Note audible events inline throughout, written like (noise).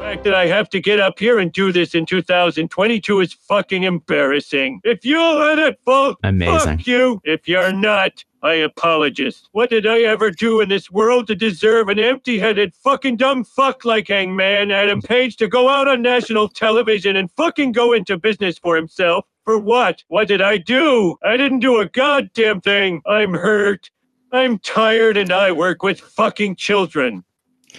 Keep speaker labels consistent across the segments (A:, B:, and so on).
A: fact that I have to get up here and do this in 2022 is fucking embarrassing. If you're in it, fuck,
B: Amazing.
A: fuck you. If you're not, I apologize. What did I ever do in this world to deserve an empty headed fucking dumb fuck like Hangman Adam Page to go out on national television and fucking go into business for himself? For what? What did I do? I didn't do a goddamn thing. I'm hurt. I'm tired and I work with fucking children.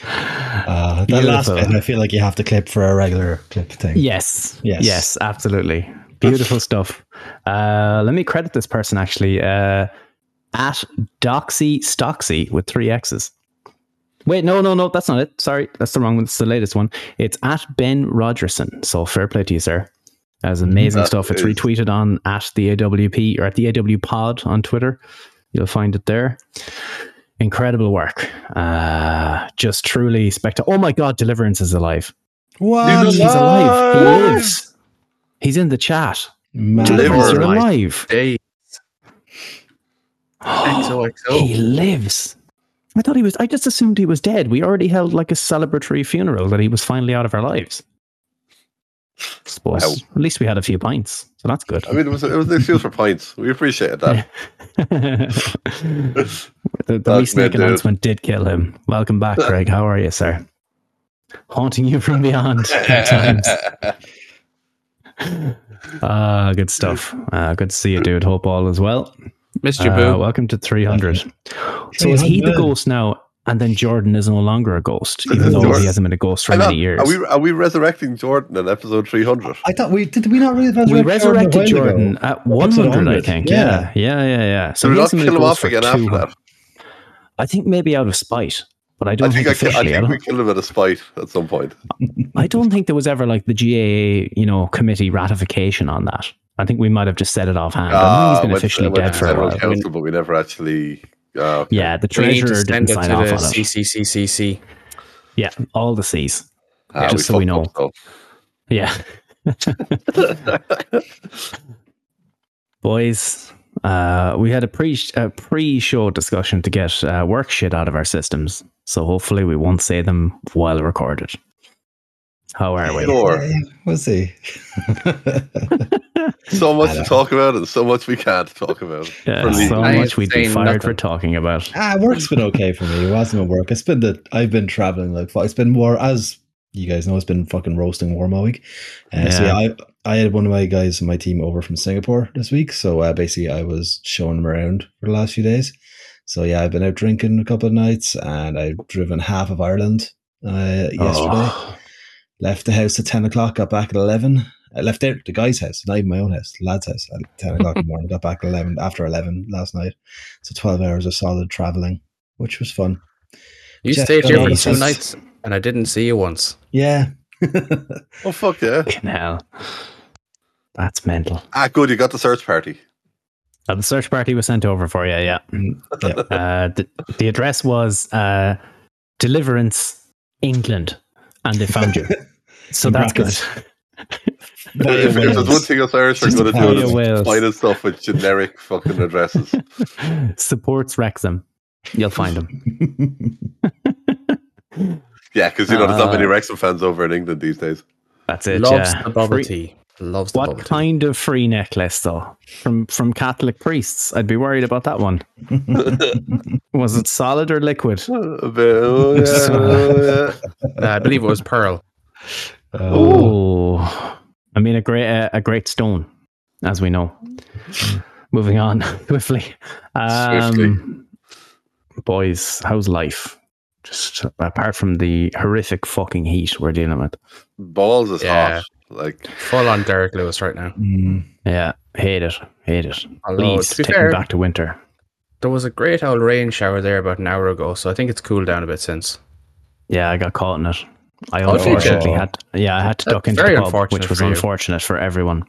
C: Uh, that last
B: Beautiful.
C: bit, I feel like you have to clip for a regular clip thing.
B: Yes.
C: Yes.
B: Yes, absolutely. Beautiful stuff. Uh, let me credit this person actually. Uh, at Doxy Stoxy with three X's. Wait, no, no, no, that's not it. Sorry, that's the wrong one. It's the latest one. It's at Ben Rogerson. So fair play to you, sir. That was amazing
D: That
B: stuff. It's
D: is-
B: retweeted on at the AWP or at the AW Pod on Twitter. You'll find it there. Incredible work. Uh, just truly spectacular. Oh my God, Deliverance is alive.
C: What?
B: He's alive. He lives. He's in the chat.
C: Man.
B: Deliverance,
D: Deliver
B: you're
D: alive.
B: alive.
D: Hey,
B: Oh, (gasps)
D: XOXO.
B: He lives. I thought he was. I just assumed he was dead. We already held like a celebratory funeral that he was finally out of our lives. Suppose.
D: Wow.
B: At least we had a few pints, so that's good.
D: I mean, it was it was an excuse for points. We appreciated that.
B: (laughs)
D: (laughs)
B: the the
D: That's
B: wee snake
D: me, dude.
B: announcement did kill him. Welcome back, Greg. How are you, sir? Haunting you from
D: (laughs)
B: beyond. at times. Ah, good stuff. Uh, good to see you, dude. Hope all is well.
E: Missed you,
B: Uh,
E: boo.
B: welcome to 300. So is he the
C: 300?
B: ghost now? And then Jordan is no longer a ghost, even though
D: Jordan-
B: he hasn't been a ghost for
D: Hang
B: many
D: on,
B: years.
D: Are we are we resurrecting Jordan in episode three hundred?
C: I thought we did. We not really resurrect
B: we resurrected
C: Jordan a while ago?
B: Jordan at 100, I
C: 100,
B: think. Yeah, yeah,
C: yeah.
B: yeah, yeah.
D: So
B: So
D: we
B: he
D: not
B: hasn't been a
D: kill him
B: ghost
D: off
B: for
D: again
B: 200.
D: after that.
B: I think maybe out of spite, but I
D: I
B: don't
D: think
B: think,
D: I, ki- I
B: officially. I
D: think we
B: don't,
D: killed him at a spite at some point.
B: I don't think there was ever like the GAA, you know, committee ratification on that. I think we might have just said it offhand. I think he's
D: Ah,
B: been
D: went-
B: officially
D: went to
B: dead for uh, a
D: general
B: while.
D: council, but we never actually. ah, okay.
B: Yeah, the
E: We need to
B: treasurer didn't
E: send it to
B: sign off
E: the
B: on it.
E: CCCCC.
B: Yeah, all the C's.
D: Ah,
B: just so we know.
D: fucked up,
B: Yeah. Boys, uh, we had a pre a pre show discussion to get uh, work shit out of our systems. So hopefully we won't say them while recorded. How are we?
D: Sure.
C: Yeah, Was he? (laughs)
D: though. (laughs) So much
C: I
D: to
C: don't-
D: talk about and so much we can't talk about.
B: Yeah,
D: For me.
B: Uh, so
E: I
B: much we'd be
E: say
B: fired for
E: nothing.
B: talking about.
C: ah, work's been okay for me. It wasn't at work. It's been that I've been traveling like fuck. It's been war as you guys know. It's been fucking roasting warm all week. Uh, So
B: Yeah.
C: yeah, I I had one of my guys on my team over from Singapore this week. So uh, basically, I was showing them around for the last few days. So yeah, I've been out drinking a couple of nights, and I've driven half of Ireland uh, yesterday.
B: Oh,
C: Left the house at 10 o'clock, got back at 11. I left out the guy's house, not even my own house, the lad's house at 10 o'clock in the morning, got back at 11, after 11 last night. So 12 hours of solid traveling, which was fun.
E: You
C: Jeff
E: stayed here for
C: Bezos.
E: two nights, and I didn't see you once.
C: Yeah.
D: Oh fuck yeah!
B: fucking hell. That's mental.
D: Ah, good. You got the search
B: (laughs)
D: party.
B: Uh, the search party was sent over for you, (laughs) yeah.
C: Yeah.
B: Uh, the, the address was uh, Deliverance, England, and they found (laughs) you. So
C: In
B: that's good.
C: brackets.
D: if, if there's one thing us Irish are
C: Just
D: going to
C: Via
D: do,
B: Wales.
D: it's finding stuff with generic fucking addresses.
B: (laughs) Supports Wrexham. You'll find him.
D: Yeah, because you know there's not
B: Uh,
D: many Wrexham fans over in England these days.
B: That's it.
E: Loves
B: yeah.
E: the bubble
B: Free-
E: tea. Loves the
B: What
E: bubble tea.
B: kind of free necklace, though? From from Catholic priests? I'd be worried about that (laughs) one. Was it solid or liquid?
D: A bit, oh, yeah,
B: (laughs)
D: oh, yeah.
E: Uh, I believe it was pearl.
B: Oh, I mean a great uh, a great stone, as we know. Moving on (laughs) swiftly. Um, boys, how's life? Just apart from the horrific fucking heat we're dealing with.
D: Balls is
E: Yeah.
D: hot. Like
E: Full on Derek Lewis right now.
C: Mm.
B: Yeah, hate it, hate it.
E: Although,
B: Please
E: Oh, to be
B: take
E: fair,
B: me back to winter.
E: there was a great old rain shower there about an hour ago, so I think it's cooled down a bit since.
B: Yeah, I got caught in it. I
E: Oh, did you?
B: unfortunately had yeah, I had to
E: That's
B: duck into
E: very
B: the pub,
E: unfortunate
B: which was
E: for you.
B: unfortunate for everyone.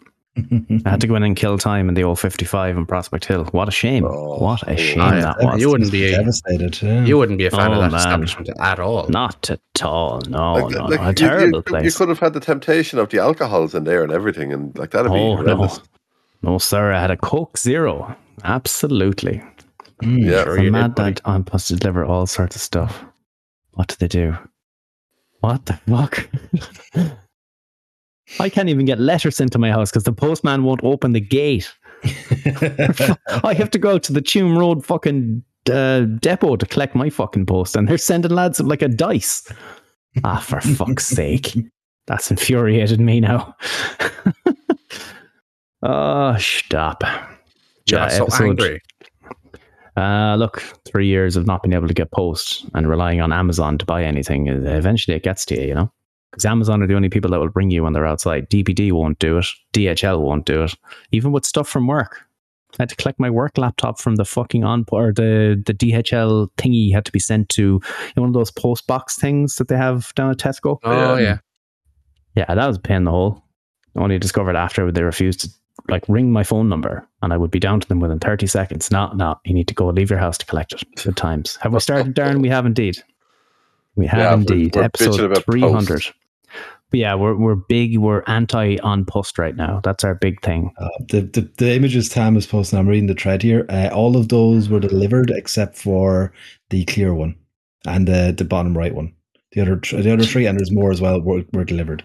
B: I had to go in and kill time in the old 55 in Prospect Hill. What a shame!
D: Oh,
B: what a
D: yeah.
B: shame
E: Oh, yeah.
B: that was.
E: You wouldn't be-
C: devastated. Yeah.
E: You wouldn't be a fan
B: Oh,
E: of that
B: man.
E: establishment at all.
B: Not at all. No,
D: like,
B: Oh, no,
D: like,
B: no.
D: you-
B: A terrible
D: you, could- You
B: place.
D: could have had the temptation of the alcohols in there and everything, and like that'd be
B: oh
D: horrendous.
B: no, no, sir. I had a Coke Zero. Absolutely.
C: Mm.
D: Yeah,
E: Sure
B: I'm
E: you did,
B: mad
E: buddy.
B: that I'm supposed to deliver all sorts of stuff. What do they do? What the fuck? (laughs) I can't even get letters sent to my house because the postman won't open the gate.
C: (laughs)
B: I have to go out to the Tume Road fucking uh, depot to collect my fucking post, and they're sending lads like a dice. Ah,
E: (laughs)
B: for fuck's sake. That's infuriated me now. (laughs) oh, stop.
E: Josh, so angry.
B: Uh, look, three years of not being able to get posts and relying on Amazon to buy anything, uh, eventually it gets to you, you know? Because Amazon are the only people that will bring you when they're outside. DPD won't do it. DHL won't do it. Even with stuff from work. I had to collect my work laptop from the fucking on or the, the DHL thingy had to be sent to you know, one of those post box things that they have down at Tesco.
E: Oh,
D: Yeah.
E: yeah.
B: Yeah, that was a pain in the hole. Only discovered after they refused to like ring my phone number and I would be down to them within 30 seconds. No, no, you need to go leave your house to collect it. Good times. Have we started, Darren? We have indeed. We have
D: Yeah, we're-
B: indeed.
D: we're bitching
B: Episode
D: about
B: 300. But yeah, we're, we're big. We're anti on post right now. That's our big thing.
C: Uh, the, the the images Tam is posting. I'm reading the thread here. Uh, all of those
B: Mm-hmm.
C: were delivered except for the clear one and the the bottom right one. The other tr- the other three and there's more as well were, were delivered,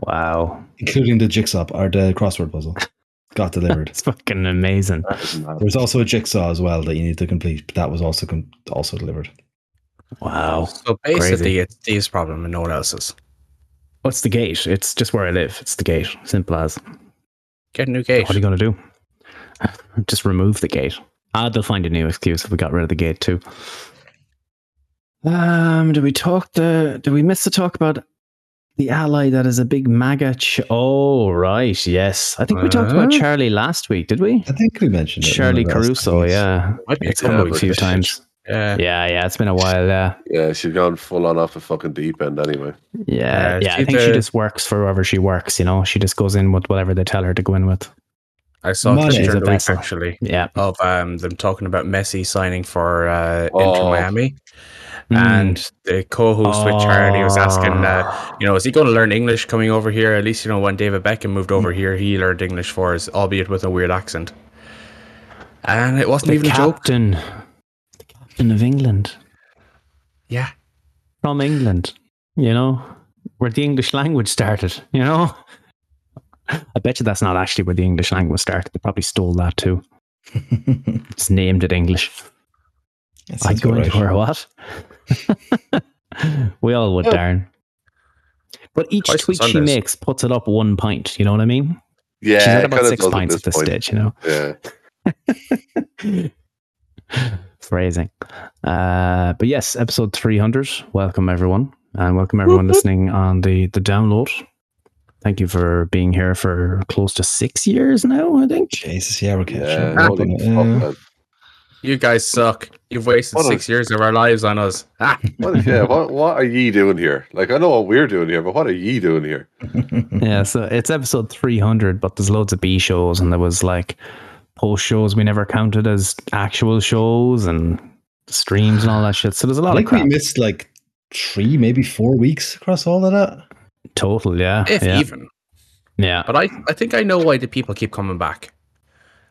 B: Wow.
C: including the jigsaw or the crossword puzzle.
B: (laughs)
C: Got delivered.
B: It's fucking amazing.
D: That is mad.
C: There's also a jigsaw as well that you need to complete. But that was also com- also delivered.
B: Wow.
E: So basically,
B: Crazy.
E: it's Steve's problem and no one else's.
B: What's the gate? It's just where I live. It's the gate. Simple as.
E: Get a new gate.
B: What are you going to do? (laughs) Just remove the gate. Ah, they'll find a new excuse if we got rid of the gate too. Um, did we talk the? Did we miss the talk about the ally that is a big MAGA? Ch- oh, right, yes. I think we talked about
E: Huh?
B: Charlie last week, did we?
C: I think we mentioned it. in
B: Charlie
C: one of the last
B: Caruso,
C: episodes. (laughs)
B: yeah.
E: I'd pick
B: It's
E: that
B: come
E: up
B: up a
E: with
B: few
E: this shit.
B: times.
E: Yeah.
B: Yeah, yeah. It's been a while. Uh,
D: Yeah, she's gone full on off the fucking deep end anyway.
B: yeah,
E: Uh,
B: yeah. I
E: she
B: think she
E: did-
B: just works for whoever she works. You know, she just goes in with whatever they tell her to go in with.
E: I saw a
C: Money.
E: picture
B: She's a
E: of the week,
B: vessel.
E: actually
B: Yeah.
E: of um, them talking about Messi signing for uh, Inter
D: Oh.
E: Miami,
B: Hmm.
E: and the co-host with Charlie was asking,
B: Mm.
E: uh, you know, is he going to learn English coming over here? At least you know when David Beckham moved over here, he learned English for us, albeit with a weird accent. And it wasn't
B: the
E: even a joke.
B: captain, the captain of England
E: Yeah,
B: from England. You know where the English language started. You know, I bet you that's not actually where the English language started. They probably stole that too. Just named it English.
C: That
B: I
C: sounds
B: go
C: about
B: into
C: right.
B: her what? (laughs) we all
D: Oh.
B: would, Darren. But each
E: Twice on
B: tweet she
E: Sundays.
B: makes puts it up one pint. You know what I mean?
D: Yeah,
B: She's at
D: it
B: about
D: kinda
B: six
D: does
B: pints at this
D: point.
B: stage. You know.
D: Yeah,
B: phrasing. Uh, but yes, episode 300. Welcome, everyone. And welcome, everyone listening on the, the download. Thank you for being here for close to six years now, I think.
C: Jesus, yeah, we're catching
D: yeah.
C: up
D: holy
C: on it,
D: fuck,
B: Mm.
C: yeah. (laughs)
D: man.
E: you guys suck. You've wasted
D: What a-
E: six years of our lives on us. Ah,
B: (laughs)
D: What, yeah, what, what are ye doing here? Like, I know what we're doing here, but what are ye doing here?
B: Yeah, so it's episode 300, but there's loads of B shows, and there was like post shows we never counted as actual shows and streams and all that shit. So there's a
C: I
B: lot of
C: think we
B: crap.
C: missed like three, maybe four weeks across all of that.
B: Total, yeah.
E: if
B: yeah.
E: even.
B: yeah.
E: But I, I think I know why the people keep coming back.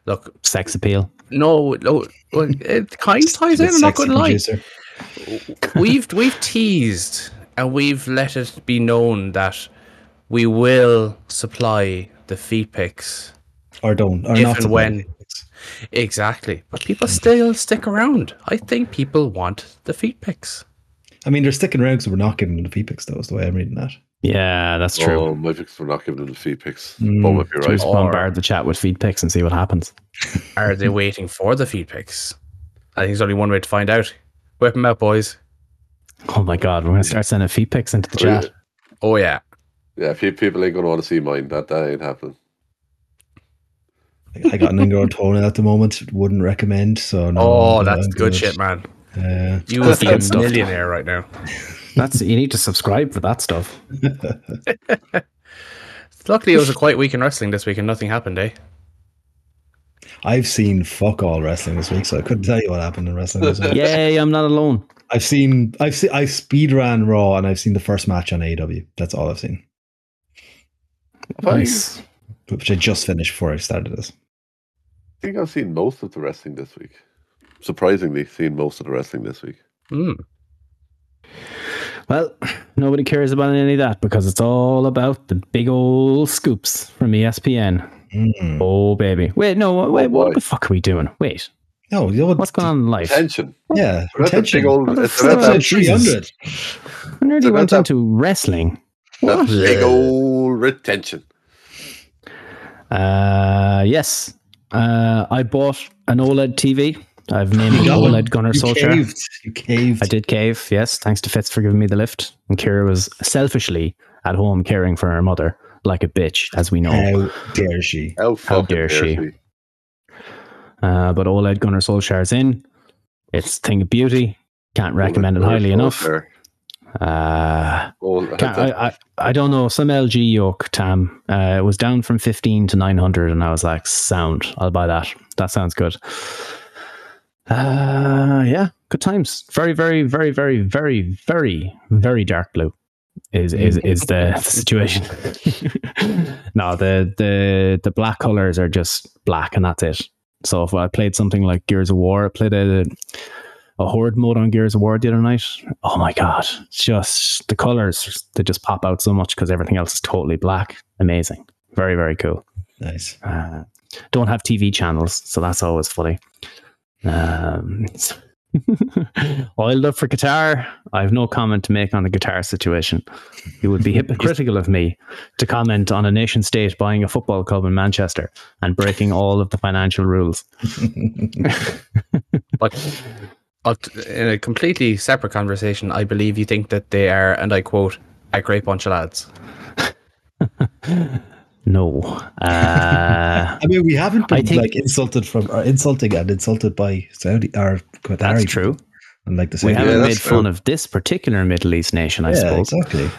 E: Look,
B: Sex appeal.
E: No, no. Well, it kind of ties in. I'm not
C: Sexy
E: going to lie.
C: producer.
E: We've we've teased and we've let it be known that we will supply the feed picks
C: Or don't. Or
E: if
C: not
E: and
C: to
E: when.
C: play.
E: Exactly, but people still stick around. I think people want the feed picks.
C: I mean, they're sticking around because we're not giving them the P-Picks, though, is the way I'm reading that.
B: Yeah, that's true.
D: Oh, my picks were not giving them the feed picks.
C: Mm.
D: Bo might be right.
B: Just
E: Or-
B: bombard the chat with feed picks and see what happens.
C: (laughs)
E: Are they waiting for the feed picks? I think there's only one way to find out. Whip 'em out, boys.
B: Oh my god, we're gonna start sending feed pics into the
D: Oh, yeah.
B: chat.
E: Oh yeah,
D: Yeah, pe- people ain't gonna want to see mine. That that ain't happening.
C: I got
B: (laughs)
C: an ingrown toenail at the moment. Wouldn't recommend. So no,
E: Oh,
C: no,
E: that's
C: I'm
E: good
C: good.
E: shit, man.
C: Yeah.
E: You would be a
B: Good stuff.
E: millionaire right now.
B: That's you need to subscribe for that stuff.
E: Luckily, it was a quiet week in wrestling this week, and nothing happened, eh?
C: I've seen fuck all wrestling this week, so I couldn't tell you what happened in wrestling
B: (laughs)
C: this week.
B: Yay, I'm not alone.
C: I've seen, I've seen, I speed ran Raw, and I've seen the first match on AEW. That's all I've seen,
B: Nice.
C: which I just finished before I started this.
D: I think I've seen most of the wrestling this week. Surprisingly, seen most of the wrestling this week.
E: Hmm.
B: Well, nobody cares about any of that because it's all about the big old scoops from E ESPN.
C: Mm.
B: Oh, baby. Wait, no, wait,
D: Oh,
B: what
D: boy.
B: the fuck are we doing? Wait,
C: No, you know what?
B: what's going on in life?
D: Tension.
C: Oh, Yeah,
D: That's a big
C: retention.
D: old.
B: What the uh,
D: It's about
B: fuck?
D: that,
C: Three hundred.
B: I nearly went
D: It's about that-
B: into wrestling.
D: that big old retention.
B: Uh, yes, uh, I bought an OLED TV. I've named it
C: got one?
B: OLED Gunner
C: You
B: Soldier.
C: caved. You caved.
B: I did cave, yes. Thanks to Fitz for giving me the lift. And Kira was selfishly at home caring for her mother like a bitch, as we know.
C: How dare she?
D: How, fucking
B: dare she. Uh, but OLED Gunnar Solskjaer's in. It's a thing of beauty. Can't recommend it highly enough. Uh,
D: Oh,
B: can't, I, I, I don't know. Some LG yoke, Tam. Uh, it was down from 15 to 900, and I was like, sound. I'll buy that. That sounds good. Uh, yeah, good times. Very, very, very, very, very, very, very dark blue is is is the, (laughs) the situation. no, the the the black colors are just black, and that's it. So if I played something like Gears of War, I played a a horde mode on Gears of War the other night. Oh my god, it's just the colors they just pop out so much because everything else is totally black. Amazing, very very cool.
C: Nice.
B: Uh, don't have TV channels, so that's always funny. Um, (laughs) so- oiled up for Qatar. I have no comment to make on the Qatar situation. It would be hypocritical of me to comment on a nation state buying a football club in Manchester and breaking all of the financial rules.
E: But uh, in a completely separate conversation, I believe you think that they are, and I quote, a great bunch of lads.
B: No.
C: (laughs)
B: Uh,
C: I mean, we haven't
B: I
C: been
B: think-
C: like insulted from or insulting and insulted by Saudi or Qatari.
B: that's true.
C: And like the
B: We
C: same.
B: haven't
D: that's
B: made
D: true.
B: fun of this particular Middle East nation, I
C: yeah,
B: suppose.
C: exactly.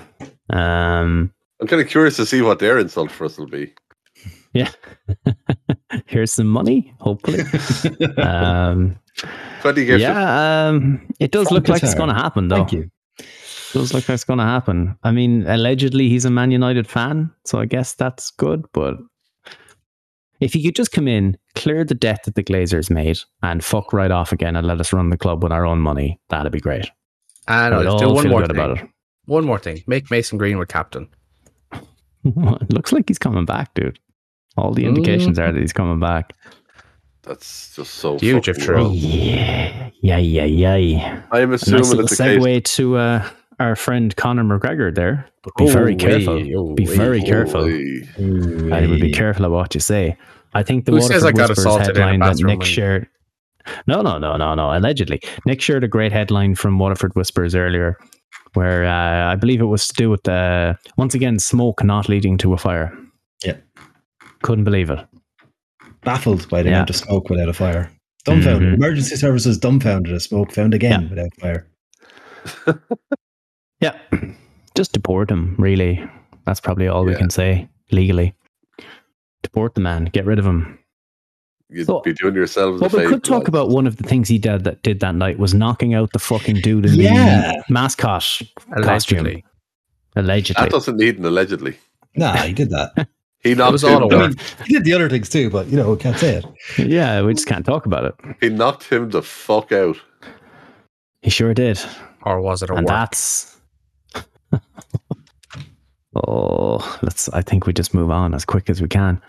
B: Um,
D: I'm kind of curious to see what their insult for us will be.
B: yeah. Here's some money, hopefully. um,
D: 20 gifts.
B: yeah, um, it does
C: From
B: look like it's
C: Qatar.
B: going to happen, though.
C: Thank you.
B: Does look like it's going to happen. I mean, allegedly he's a Man United fan, so I guess that's good. But if he could just come in, clear the debt that the Glazers made, and fuck right off again, and let us run the club with our own money, that'd be great.
E: And
B: I would
E: I'll do
B: all
E: one
B: feel
E: more
B: good
E: thing.
B: about it.
E: One more thing. Make Mason Greenwood captain.
B: it (laughs) looks like he's coming back, dude. All the indications are that he's coming back.
D: That's just so
E: Huge if
D: fucking
E: true.
D: wrong.
B: Yeah, yeah, yeah, yeah.
D: I am
B: A nice
D: assuming
B: little
D: it's a case.
B: segue to uh, our friend Conor McGregor there. But be
E: Oh,
B: very
E: wee,
B: careful.
E: oh,
B: be
E: wee.
B: very careful.
D: Holy.
B: I would be careful about what you say. I think the
E: Who
B: Waterford
E: says I got
B: Whisperer's
E: assaulted in a
B: headline that
E: bathroom
B: Nick
E: when-
B: shared. No, no, no, no, no. Allegedly, Nick shared a great headline from Waterford Whispers earlier, where uh, I believe it was to do with uh, once again smoke not leading to a fire.
C: Yeah.
B: couldn't believe it.
C: Baffled by the
B: Yeah.
C: amount of smoke without a fire. Dumbfounded.
B: Mhm.
C: Emergency services dumbfounded. A smoke found again
B: Yeah.
C: without fire.
B: Yeah, (clears throat) just deport him. Really, that's probably all we
D: Yeah.
B: can say legally. Deport the man. Get rid of him.
D: You'd
B: So-
D: be doing yourselves
B: Well,
D: a
B: we
D: favor.
B: could talk about one of the things he did that did that night was knocking out the fucking dude in
C: Yeah.
B: the mascot costume.
E: Allegedly.
B: Allegedly,
D: That doesn't need an allegedly.
C: Nah, he did that.
D: He knocked
E: was
D: him
E: all a
D: down.
E: work.
C: he did the other things too, but you know, we can't say it.
B: yeah, we just can't talk about it.
D: He knocked him the fuck out.
B: He sure did,
E: Or was it a
B: and
E: work?
B: that's. (laughs) oh, let's. I think we just move on as quick as we can.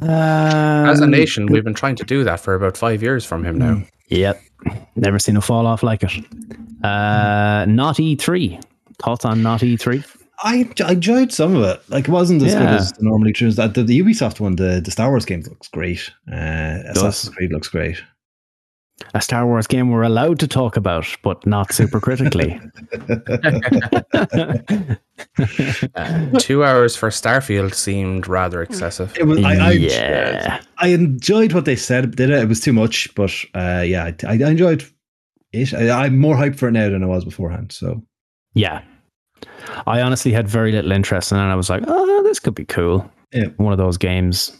E: As a
B: Um,
E: nation, we've been trying to do that for about five years from him now.
B: Yep, never seen a fall off like it. Uh, not E three. Thoughts on not E three?
C: I, I enjoyed some of it. Like it wasn't as good
B: Yeah.
C: as the normally tunes. That the, the Ubisoft one, the, the Star Wars game looks great. Uh, Assassin's Creed looks great.
B: a Star Wars game we're allowed to talk about, but not super critically. Mm.
E: Uh, two hours for Starfield seemed rather excessive.
C: It was. (laughs) I, I,
B: yeah.
C: I enjoyed what they said. Did it? It was too much, but uh, yeah, I, I enjoyed it. I, I'm more hyped for it now than I was beforehand. So
B: Yeah. I honestly had very little interest in it. I was like, oh, this could be cool.
C: Yeah.
B: One of those games.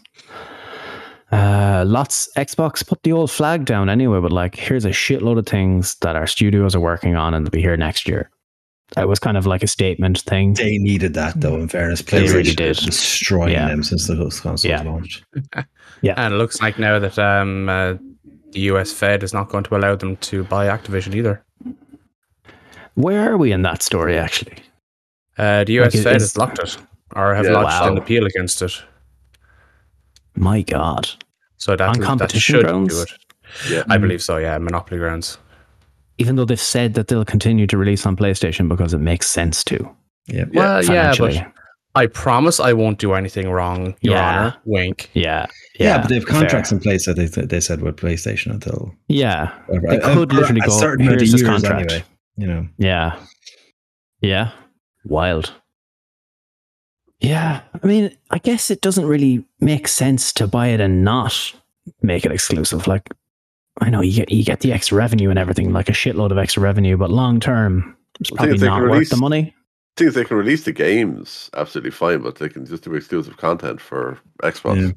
B: Uh, lots Xbox put the old flag down anyway, but like, here's a shitload of things that our studios are working on and they'll be here next year. That was kind of like a statement thing.
C: they needed that, though. In fairness,
B: They
C: PlayStation
B: really did.
C: destroying
B: Yeah.
C: them since the console
B: Yeah.
C: launched.
E: And it looks like now that um, uh, the US Fed is not going to allow them to buy Activision either.
B: Where are we in that story, actually?
E: Uh, the US
B: Like, it
E: Fed
B: is-
E: has blocked it or have
D: Yeah.
E: lodged an
B: Wow.
E: appeal against it.
B: My God.
E: So that,
B: On
E: will- that
B: competition
E: should
B: grounds?
E: do it.
D: Yeah.
E: I believe so, yeah, monopoly grounds.
B: Even though they've said that they'll continue to release on PlayStation because it makes sense
C: Uh,
B: to.
C: Yep.
D: Yeah,
E: well, yeah,
B: financially.
E: but I promise I won't do anything wrong, Your
B: Yeah.
E: Honor. Wink.
B: yeah.
C: Yeah, but they have
B: fair.
C: contracts in place that they, they said with PlayStation until
B: Yeah.
C: whatever.
B: They
C: A- a-
B: could literally
C: a
B: go,
C: certain amount
B: "Here's
C: of
B: this
C: years
B: contract."
C: anyway. You know,
B: Yeah. Yeah. Wild. Yeah. I mean, I guess it doesn't really make sense to buy it and not make it exclusive. Like, I know you get you get the extra revenue and everything, like a shitload of extra revenue, but long term, it's
D: I think
B: probably
D: if they
B: not
D: can
B: worth
D: release-
B: the money.
D: Things they can release the games absolutely fine, but they can just do exclusive content for Xbox.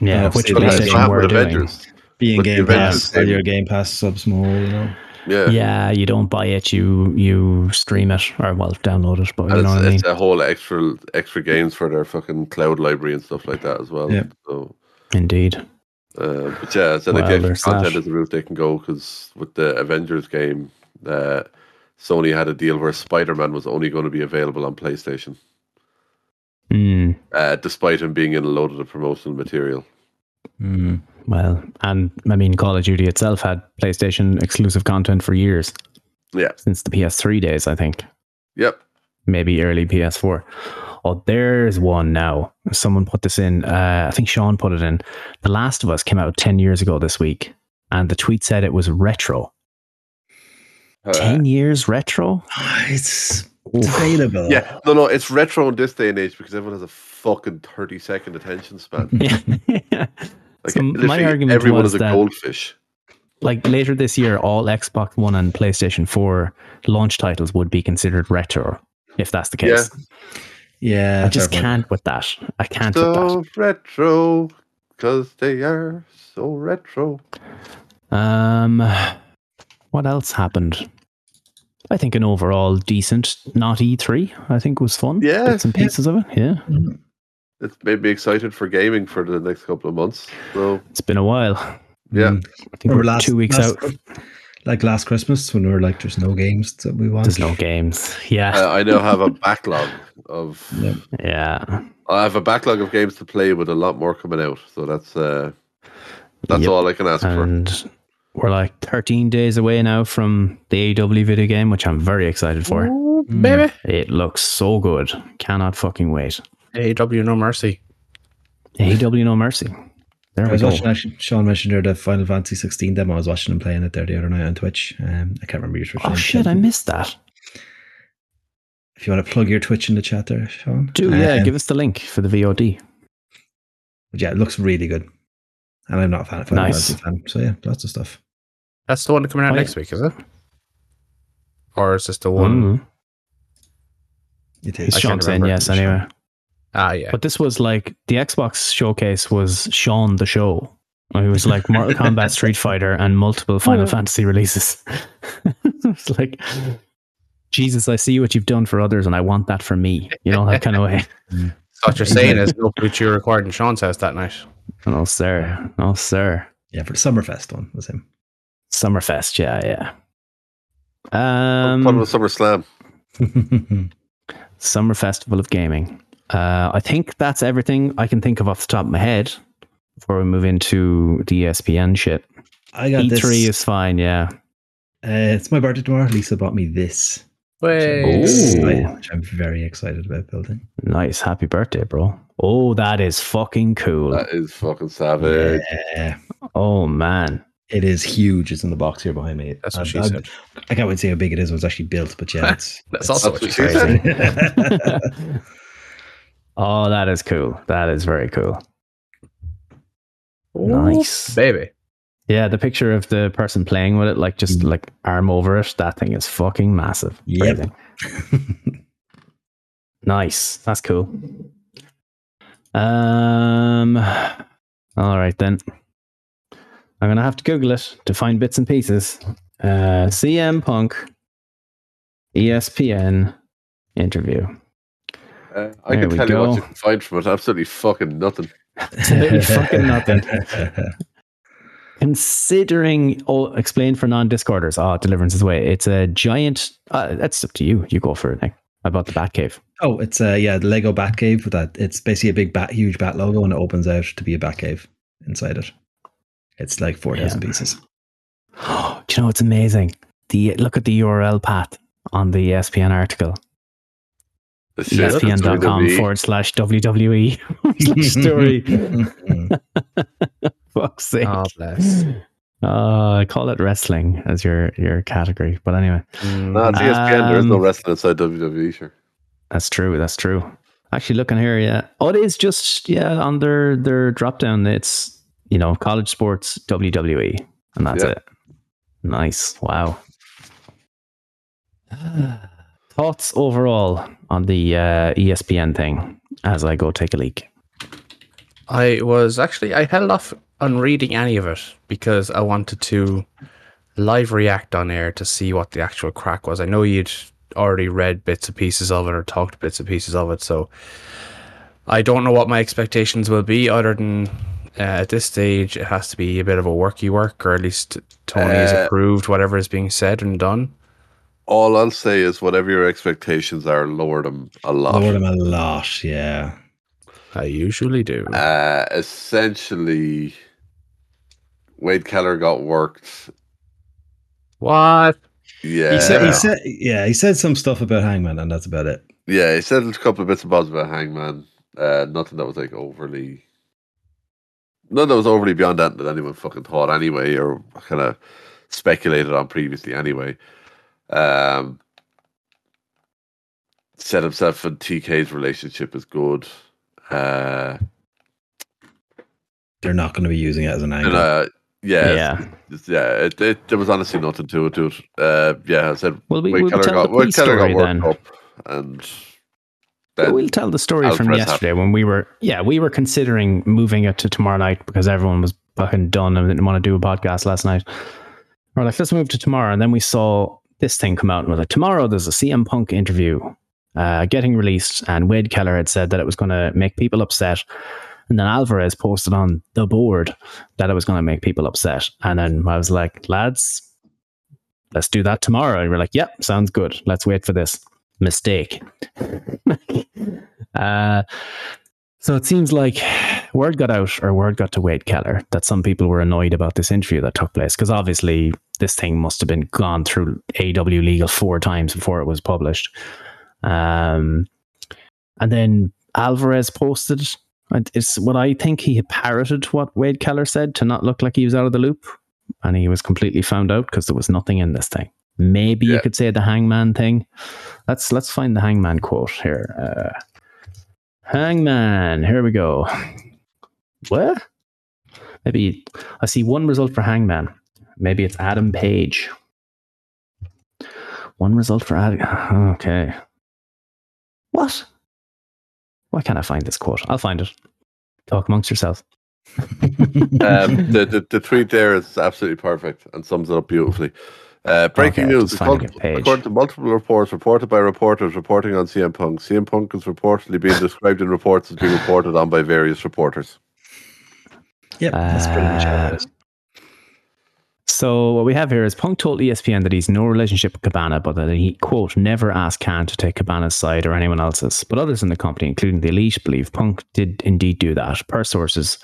B: Yeah,
C: Yeah,
B: which
C: it's not
B: PlayStation
D: Sometimes it'll
C: happened
D: happen
B: were
D: with
B: doing.
D: Avengers.
C: being
D: With the
C: Game
D: Avengers
C: Pass or
D: thing.
C: your Game Pass subs more. You
B: (sighs)
C: know,
D: Yeah.
B: Yeah, you don't buy it, you you stream it or well download it, but
D: And
B: you know
D: it's,
B: what I mean.
D: it's a whole extra extra games for their fucking cloud library and stuff like that as well.
C: Yeah.
D: So,
B: Indeed.
D: uh, but yeah, so like
B: Well,
D: the extra
B: there's
D: content
B: that.
D: is the route they can go because with the Avengers game, uh, Sony had a deal where Spider Man was only going to be available on PlayStation,
B: Mm,
D: uh, despite him being in a load of the promotional material.
C: Mm.
B: well, and I mean, Call of Duty itself had PlayStation exclusive content for years.
D: Yeah.
B: since the PS3 days, I think.
D: Yep.
B: Maybe early PS4. Oh, there's one now. Someone put this in. Uh, I think Sean put it in. The Last of Us came out 10 years ago this week, and the tweet said it was retro.
D: Uh,
B: 10 years retro? (laughs)
D: (laughs)
C: it's debatable.
D: yeah. No, no, it's retro in this day and age because everyone has a fucking 30 second attention span.
B: Yeah.
D: Like,
B: Hmm. So my
D: literally
B: argument
D: everyone
B: was
D: is a
B: that-
D: goldfish.
B: like later this year, all Xbox One and PlayStation 4 launch titles would be considered retro, if that's the case.
C: (laughs) yeah.
B: I just
C: fair point.
B: can't with that. I can't with that.
D: So retro, because they are so retro.
B: Um, what else happened? I think an overall decent, not E3. I think was fun.
D: Yeah,
B: bits and
C: yeah.
B: pieces of it. Yeah,
C: Mm.
D: It's made me excited for gaming for the next couple of months. So
B: it's been a while.
D: yeah,
B: Mm, I think we're two weeks
C: last-
B: out.
C: Like last Christmas, when we were like, "There's no games that we want."
B: There's no games. (laughs) Yeah,
D: I, I now have a backlog of
C: Yeah.
B: yeah.
D: I have a backlog of games to play with a lot more coming out. So that's uh, that's
B: Yep.
D: all I can ask for.
B: And we're like 13 days away now from the AW video game, which I'm very excited for.
C: Mm.
E: Baby.
B: It looks so good. Cannot fucking wait.
E: AW No Mercy.
B: AW No Mercy. There
C: I
B: we
C: was
B: go.
C: watching actually, Sean mentioned there the Final Fantasy 16 demo. I was watching him playing it there the other night on Twitch. Um, I can't remember your Twitch.
B: Oh
C: name,
B: shit!
C: Sean.
B: I missed that.
C: If you want to plug your Twitch in the chat there, Sean.
B: Do yeah.
C: Um,
B: Give us the link for the VOD.
C: but yeah, it looks really good. And I'm not a fan of Final
B: Nice.
C: Fantasy fan. So yeah, lots of stuff.
E: That's the one coming out
B: Oh, yeah.
E: next week, is it? Or is this the one?
B: Mm.
C: It
B: It's
C: is.
E: Mm-hmm. I
B: Sean
E: can't
B: saying
E: remember.
B: yes anyway.
E: Ah, yeah.
B: But this was like the Xbox showcase was Sean the show. It was like Mortal Kombat, Street Fighter, and multiple
E: (laughs)
B: Final Fantasy releases. (laughs) it's like, Jesus, I see what you've done for others, and I want that for me. You know that kind of (laughs) way.
E: So what you're saying is no but you recorded in Sean's house that night.
B: No oh, sir, no sir.
C: Yeah, for the Summerfest one was him. (laughs)
B: Summerfest, yeah, yeah.
D: Um,
B: Um,
D: Fun with Summer Slam.
B: Summer Festival of Gaming. Uh, I think that's everything I can think of off the top of my head before we move into the E ESPN shit.
C: I got
B: E3
C: this.
B: E is fine, yeah.
C: Uh, it's my birthday tomorrow. Lisa bought me this,
B: Ooh.
E: Way.
C: I- which I'm very excited about building.
B: Nice. Happy birthday, bro. Oh, that is fucking cool.
D: That is fucking savage.
C: Yeah,
B: oh, man.
C: it is huge. It's in the box here behind me.
E: That's what
C: I'm-
E: she
C: I'm-
E: said.
C: I can't wait to see how big it is when it's actually built. But yeah, it's, it's-
E: That's (laughs) also
D: That's
E: what she
D: what she
E: said.
D: said.
B: (laughs) oh, that is cool. That is very cool. Nice.
E: Baby.
B: Yeah, the picture of the person playing with it, like just
C: Mm.
B: like arm over it, that thing is fucking massive.
C: Yep.
B: Crazy. Nice. That's cool. Um all right then. I'm gonna have to Google it to find bits and pieces. Uh CM Punk E ESPN interview.
D: Uh, I
B: There
D: can
B: we
D: tell you
B: go.
D: what you can find from it. Absolutely fucking nothing.
B: Absolutely fucking nothing. Considering, oh, explain for non-discorders. Ah, Deliverance's way. It's a giant. Uh, that's up to you. You go for it. Nick. I bought the Batcave.
C: (laughs)
B: (gasps)
C: Oh, it's uh yeah, the Lego Batcave with that it's basically a big bat huge bat logo and it opens out to be a Batcave inside it. It's like four thousand
B: Yeah.
C: pieces. (laughs)
B: Oh, do you know it's amazing? The look at the URL path on the E ESPN article.
D: The
B: E
D: E. shit that's going
C: E
D: to
B: ESPN.com
D: be-
B: forward slash (laughs) WWE
D: (laughs)
B: slash story. Fuck's sake.
E: Oh, bless.
B: Uh, I call it wrestling as your your category, but anyway,
D: No, it's E ESPN. there is no
B: Um,
D: wrestling inside E. WWE. Sure.
B: that's true. That's true. Actually, looking here, yeah, oh, it is just yeah on their their drop down. It's you know college sports WWE, and that's
D: Yeah.
B: it. Nice. Wow. (sighs) Ah, Thoughts overall on the uh, ESPN thing as I go take a leak.
E: I was actually I held off on reading any of it because I wanted to live react on air to see what the actual crack was. I know you'd already read bits and pieces of it or talked bits and pieces of it, so I don't know what my expectations will be. Other than uh, at this stage, it has to be a bit of a worky work, or at least Tony has
D: Uh,
E: approved whatever is being said and done.
D: All I'll say is whatever your expectations are, lower them a lot.
C: Lower them a lot, yeah.
E: I usually do.
D: Uh, essentially, Wade Keller got worked.
E: what?
D: Yeah,
C: He said, he said yeah, he said some stuff about Hangman and that's about it.
D: yeah. He said a couple of bits and bobs about Hangman. Uh, nothing that was like overly, none that was overly beyond that that anyone fucking thought anyway, or kind of speculated on previously anyway. Um, said himself and TK's relationship is good. Uh,
C: They're not gonna be using it as an
D: and,
C: angle.
D: uh, yeah, yeah.
B: Yeah.
D: yeah it, it, there was honestly nothing to it. To it. Uh, yeah, I said
B: Well, we,
D: Wade
B: we'll
D: Keller
B: tell
D: got
B: the
D: Wade
B: P
D: Keller got
B: story
D: worked
B: then.
D: up, and
B: But
D: then
B: we'll tell the story from
D: Alvarez
B: yesterday when we were yeah we were considering moving it to tomorrow night because everyone was fucking done and didn't want to do a podcast last night. We're like, let's move to tomorrow, and then we saw this thing come out and we're like, tomorrow there's a CM Punk interview uh, getting released, and Wade Keller had said that it was going to make people upset, and then Alvarez posted on the board that it was going to make people upset, and then I was like, lads, let's do that tomorrow, and we're like, yep, sounds good, let's wait for this mistake. (laughs) Uh, so it seems like word got out or word got to Wade Keller that some people were annoyed about this interview that took place because obviously this thing must have been gone through AW legal four times before it was published. Um, and then Alvarez posted and it's what I think he had parroted what Wade Keller said to not look like he was out of the loop, and he was completely found out because there was nothing in this thing. Maybe you
D: Yeah.
B: could say the Hangman thing. Let's let's find the Hangman quote here. Uh, Hangman. Here we go. What? Maybe I see one result for Hangman. Maybe it's Adam Page. One result for Adam. (sighs) Okay. What? Why can't I find this quote? I'll find it. Talk amongst yourselves.
C: (laughs)
B: (laughs)
D: um, the, the the tweet there is absolutely perfect and sums it up beautifully. Uh, breaking
B: Okay,
D: news:
B: just finding
D: according-
B: a page.
D: according to multiple reports reported by reporters reporting on CM Punk, CM Punk is reportedly being described in reports as being reported on by various reporters.
C: yep, that's pretty much how it
B: uh,
C: is.
B: So what we have here is Punk told E ESPN that he's no relationship with Cabana, but that he quote never asked Khan to take Cabana's side or anyone else's. But others in the company, including the elite, believe Punk did indeed do that. Per sources,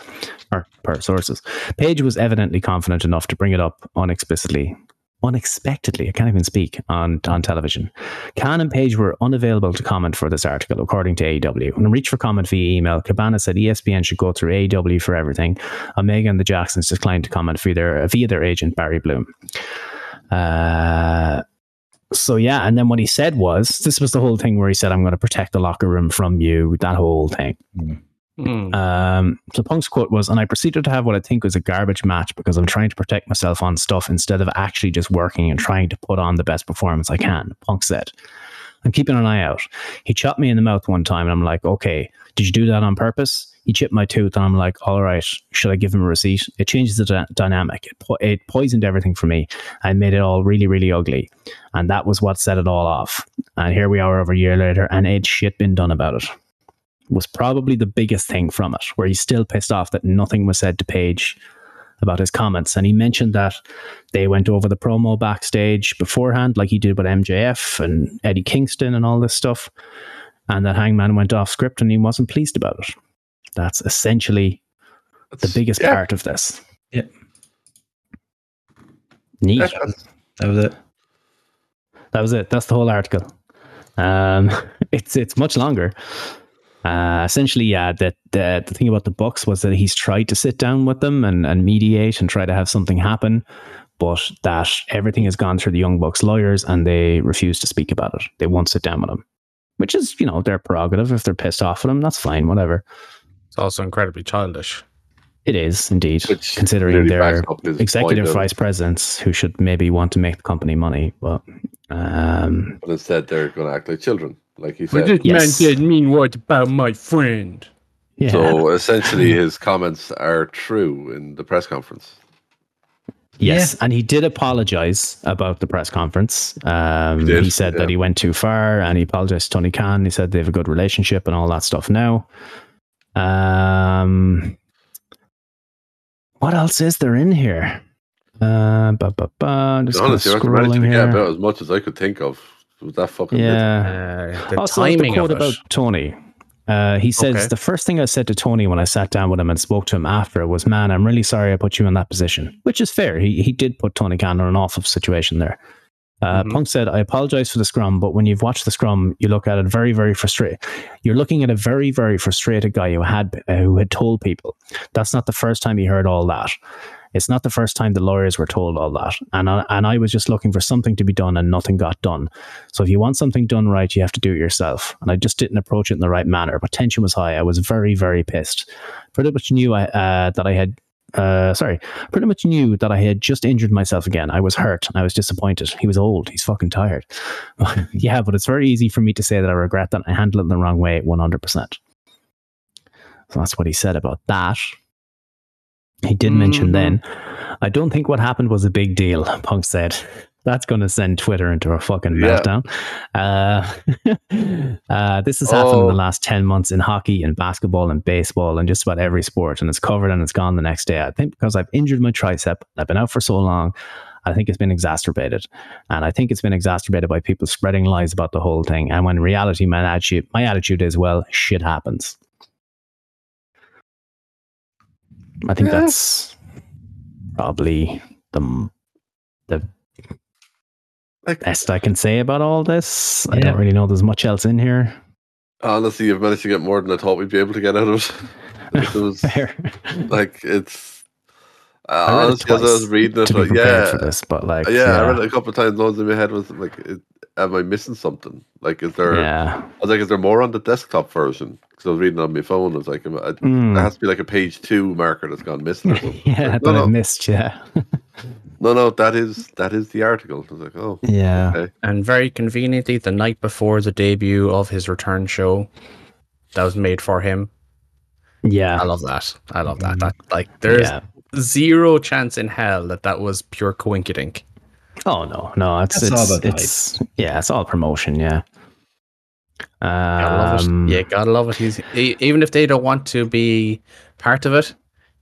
B: or per sources, Page was evidently confident enough to bring it up unexplicitly. Unexpectedly, I can't even speak on, on television. Khan and Page were unavailable to comment for this article, according to AEW. When reached for comment via email, Cabana said E ESPN should go through AEW for everything, Omega and Uh, the Jacksons declined to comment via their, via their agent Barry Bloom. Uh, so yeah, and then what he said was, this was the whole thing where he said, "I'm going to protect the locker room from you." That whole thing.
E: Mm.
B: Um, so Punk's quote was, "And I proceeded to have what I think was a garbage match because I'm trying to protect myself on stuff instead of actually just working and trying to put on the best performance I can." Punk said. I'm keeping an eye out. He chopped me in the mouth one time, and I'm like, okay, did you do that on purpose? He chipped my tooth, and I'm like, all right, should I give him a receipt? It changes the dy- dynamic. It, po- it poisoned everything for me and made it all really, really ugly. And that was what set it all off. And here we are over a year later, and ain't shit been done about it. Was probably the biggest thing from it, where he's still pissed off that nothing was said to Paige about his comments. And he mentioned that they went over the promo backstage beforehand, like he did with MJF and Eddie Kingston and all this stuff. And that Hangman went off script and he wasn't pleased about it. That's essentially the
D: That's-
B: biggest
D: yeah,
B: part of this.
C: Yeah.
B: Neat.
D: yeah, that's-
C: That was it.
B: That was it. That's the whole article. Um, (laughs) it's it's much longer. Uh, essentially, yeah. That the, the thing about the Bucks was that he's tried to sit down with them and, and mediate and try to have something happen, but that everything has gone through the Young Bucks lawyers and they refuse to speak about it. They won't sit down with him, which is you know their prerogative. If they're pissed off at him, that's fine. Whatever.
E: It's also incredibly childish.
B: It is indeed
D: Which
B: considering
D: clearly
B: their
D: backs up his point
B: executive
D: of-
B: vice presidents who should maybe want to make the company money, but um,
D: But instead, they're going to act like children, like he
E: But
D: said.
E: this
B: Yes.
E: man did mean words about my friend.
B: yeah.
D: So essentially, his comments are true in the press conference.
B: Yes, and he did apologize about the press conference. Um, he,
D: He did,
B: said that
D: yeah.
B: he went too far, and he apologized to Tony Khan. He said they have a good relationship and all that stuff now. Um, what else is there in here? Uh, ba, ba, ba, just kinda
D: Honestly, I can manage to
B: scrolling
D: get
B: here.
D: about as much as I could think of with that fucking bit.
B: Yeah.
E: Uh, the
B: Uh-huh. also, the
E: timing
B: quote
E: of it.
B: about Tony. Uh, he says
E: Okay.
B: the first thing I said to Tony when I sat down with him and spoke to him after was, "Man, I'm really sorry I put you in that position," which is fair. He he did put Tony Khan in an awful situation there. Uh,
E: Mhm.
B: Punk said, "I apologize for the scrum, but when you've watched the scrum, you look at it very, very frustrated. You're looking at a very, very frustrated guy who had uh, who had told people. That's not the first time he heard all that. It's not the first time the lawyers were told all that. And I, and I was just looking for something to be done, and nothing got done. So if you want something done right, you have to do it yourself. And I just didn't approach it in the right manner. But tension was high. I was very, very pissed. Pretty much knew I, uh, that I had. Uh, sorry, pretty much knew that I had just injured myself again. I was hurt and I was disappointed. He was old. He's fucking tired. (laughs) yeah, but it's very easy for me to say that I regret that I handled it in the wrong way 100%. So that's what he said about that. He did mention
E: Mhm.
B: then, I don't think what happened was a big deal, Punk said. That's going to send Twitter into a fucking
D: Yeah.
B: meltdown. Uh, (laughs) uh, this has happened in the
D: Oh.
B: last 10 months in hockey and basketball and baseball and just about every sport. And it's covered and it's gone the next day. I think because I've injured my tricep, I've been out for so long, I think it's been exacerbated. And I think it's been exacerbated by people spreading lies about the whole thing. And when in reality, my attitude, my attitude is, well, shit happens. I think
D: Yeah.
B: that's probably the
D: Like,
B: best I can say about all this. I
C: Yeah.
B: don't really know there's much else in here.
D: honestly, you've managed to get more than I thought we'd be able to get out of it.
B: (laughs)
D: it was,
B: Fair.
D: like, it's.
B: (laughs)
D: Uh,
B: I read it
D: honestly, as I was
B: twice
D: reading it,
B: to be
D: like,
B: prepared
D: yeah,
B: for this, but like,
D: yeah, I read it a couple of times. Loads in my head was like, it, "Am I missing something? Like, is there?"
B: yeah.
D: I was like, "Is there more on the desktop version?" Because I was reading it on my phone. I was like, am I,
B: Mm. (laughs)
D: "There has to be like a page two marker that's gone missing." Or something.
B: yeah,
D: Like,
B: that I
D: no, no,
B: missed. Yeah,
D: no, no, that is that is the article. I was like, "Oh,
B: yeah.
D: okay."
E: And very conveniently, the night before the debut of his return show that was made for him. I
D: Uh,
B: Yeah. Mm-hmm.
E: love that. I love that. That like there's
B: yeah.
E: zero chance in hell that that was pure coinkydink.
B: Oh no, no, it's
C: That's all
B: it's,
C: about hype.
B: it's yeah, it's all promotion. Yeah.
E: Gotta love
B: Um,
E: it. Yeah, gotta love it. He's e- even if they don't want to be part of it,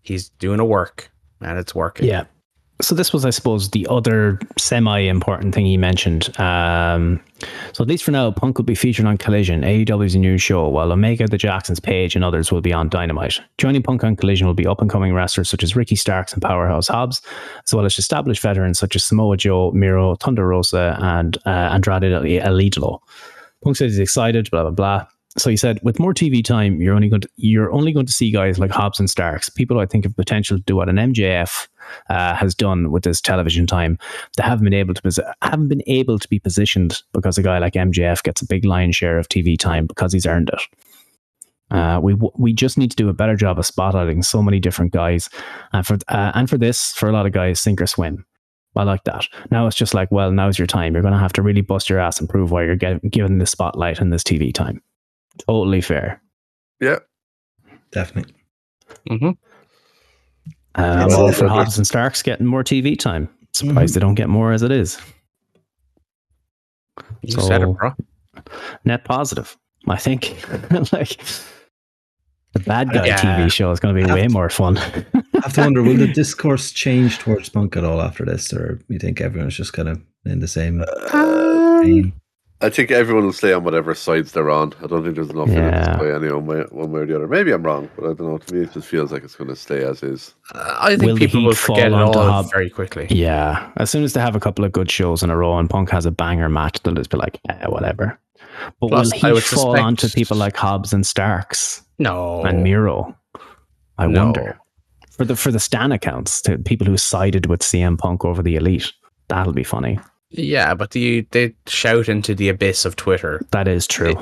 E: he's doing a work and it's working.
B: Yeah. So this was, I suppose, the other semi-important thing he mentioned. Um, so at least for now, Punk will be featured on Collision, AEW's new show, while Omega, The Jacksons, Page, and others will be on Dynamite. Joining Punk on Collision will be up-and-coming wrestlers such as Ricky Starks and Powerhouse Hobbs, as well as established veterans such as Samoa Joe, Miro, Thunder Rosa, and uh, Andrade El El Idolo. Punk says he's excited, blah blah blah. So he said, with more TV time, you're only going to you're only going to see guys like Hobbs and Starks, people I think have potential to do what an MJF uh, has done with his television time. They haven't been able to posi- haven't been able to be positioned because a guy like MJF gets a big lion share of TV time because he's earned it. Uh, we w- we just need to do a better job of spotlighting so many different guys, and for uh, and for this, for a lot of guys, sink or swim. I like that. Now it's just like, well, now's your time. You're going to have to really bust your ass and prove why you're get, given this spotlight and this TV time. Totally fair.
C: Definitely.
E: hmm
B: Um,
C: It's
B: all
C: a-
B: for Hobbs and Starks getting more TV time. Surprised they don't get more as it is.
E: You said
B: So-
E: it, bro.
B: (laughs) Net positive, I think. like, The bad guy
E: Yeah.
B: TV show is going to be
C: Have
B: way
C: to-
B: more fun. (laughs)
C: I have to wonder, will
E: (laughs)
C: the discourse change towards punk at all after this, or you think everyone's just kind of in the same?
E: Um, Uh,
B: uh,
C: vein?
D: I think everyone will stay on whatever sides they're on. I don't think there's enough yeah.
B: Yeah.
D: to play any one way, one way or the other. Maybe I'm wrong, but I don't know. To me, it just feels like it's going to stay as is.
E: I think
B: Will the
E: people will
B: heat fall
E: forget it
B: on
E: all
B: Hob?
E: very quickly.
B: yeah, as soon as they have a couple of good shows in a row and Punk has a banger match, they'll just be like, eh, whatever. But
E: Plus, I
B: will he
E: would
B: fall
E: suspect-
B: onto people like Hobbs and Starks
E: No.
B: and Miro? I
E: No.
B: wonder. For the for the Stan accounts, to people who sided with CM Punk over the Elite, that'll be funny.
E: Yeah, but the, they shout into the abyss of Twitter.
B: That is true.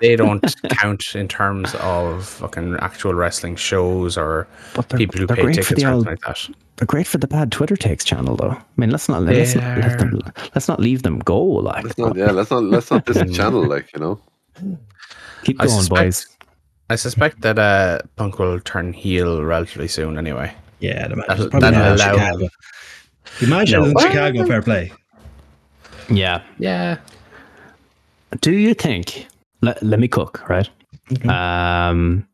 E: They don't count in terms of fucking actual wrestling shows or
B: (laughs) But they're,
E: people who
B: they're
E: pay
B: great for
E: tickets or
B: the
E: anything
B: old
E: like that.
B: they're great for the bad Twitter takes channel though. I mean, let's not let's not, let them, let's not leave them go. Like, uh,
D: Let's not, yeah, let's not
B: (laughs)
D: let's not this channel like you know.
B: keep
E: I
B: going,
E: suspect-
B: boys.
E: I suspect that uh, Punk will turn heel relatively soon anyway.
C: Yeah, the match
E: That'll-
C: is probably
E: that'll
C: not in
E: allow-
C: Chicago. The match
E: No.
C: is in Chicago. Fair play.
B: Yeah.
E: Yeah.
B: Do you think? Let, let me cook, right? Um,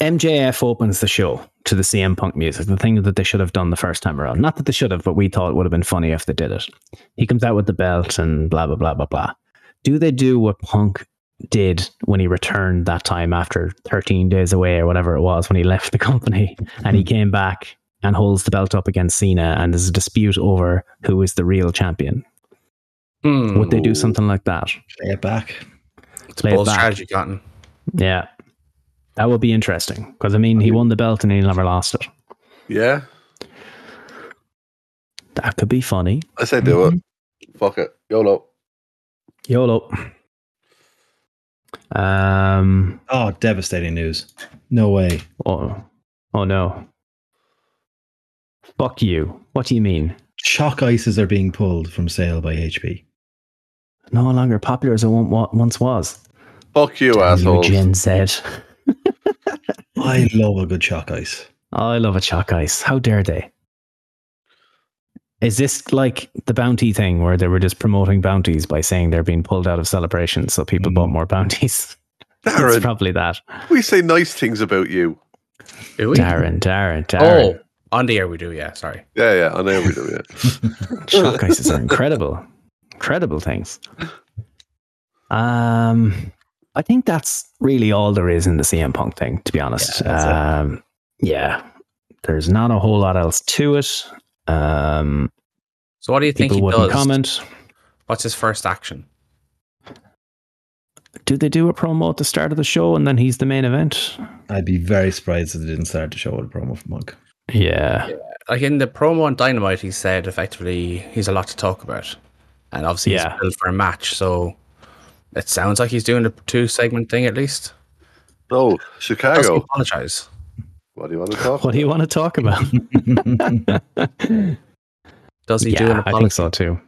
B: MJF opens the show to the CM Punk music, the thing that they should have done the first time around. Not that they should have, but we thought it would have been funny if they did it. He comes out with the belt and blah, blah, blah, blah, blah. Do they do what Punk did when he returned that time after 13 days away or whatever it was when he left the company and he came back and holds the belt up against Cena and there's a dispute over who is the real champion?
E: Hmm.
B: Would they do something like that?
C: Play it back.
E: It's
B: play it
E: bold
B: back?
E: strategy, Cotton.
B: Yeah. That would be interesting because I mean, he won the belt and he never lost it.
D: Yeah,
B: That could be funny.
D: I say do
B: Mm-hmm.
D: it. Fuck it, YOLO.
B: YOLO. Um.
C: Oh, devastating news. No way.
B: Oh. Oh no. Fuck you. What do you mean?
C: Shock ices are being pulled from sale by HP.
B: No longer popular as it on- wa- once was.
D: Fuck you,
B: You
D: asshole.
B: Gen Z.
C: I love a good shock ice.
B: I love a chalk ice. How dare they? Is this like the bounty thing where they were just promoting bounties by saying they're being pulled out of celebrations so people
C: Mm.
B: bought more bounties? (laughs)
D: Darren,
B: It's probably that.
D: we say nice things about you.
E: Do we?
B: Darren, Darren, Darren.
E: Oh, on the air we do, yeah, sorry.
D: Yeah, yeah, I know we do. Yeah.
B: (laughs) Shock ices are incredible. Incredible things. Um I think that's really all there is in the CM Punk thing, to be honest.
C: Yeah, that's it.
B: um yeah. There's not a whole lot else to it. Um
E: So what do you think
B: people
E: he
B: wouldn't
E: does?
B: comment.
E: What's his first action?
B: Do they do a promo at the start of the show and then he's the main event?
C: I'd be very surprised if they didn't start to show with a promo from Monk.
B: Yeah.
E: Like in the promo on Dynamite, he said effectively he's a lot to talk about. And obviously
B: Yeah.
E: he's built for a match, so it sounds like he's doing the two segment thing at least.
D: No,
E: Also
D: Chicago.
E: apologize.
D: What do you want to talk?
B: What do you want to talk about?
E: Does he
B: yeah,
E: do an
B: I think
E: apology?
B: so too.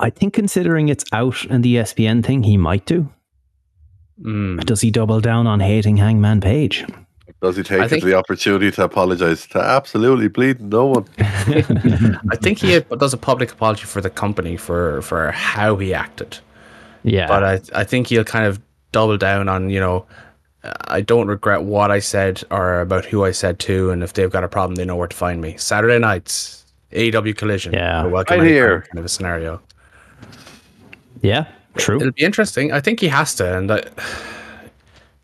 B: I think considering it's out and the E ESPN thing, he might do. (laughs)
E: Mm.
B: Does he double down on hating Hangman Page?
D: Does he take
E: think-
D: the opportunity to apologize to absolutely bleeding no one?
E: I think he does a public apology for the company for, for how he acted.
B: yeah.
E: but I, I think he'll kind of double down on you know I don't regret what I said or about who I said to, and if they've got a problem, they know where to find me. Saturday nights, AEW Collision,
B: Yeah.
E: a welcome
D: Right
E: anyone
D: here.
E: kind of a scenario.
B: yeah, true.
E: It'll be interesting. I think he has to, and I,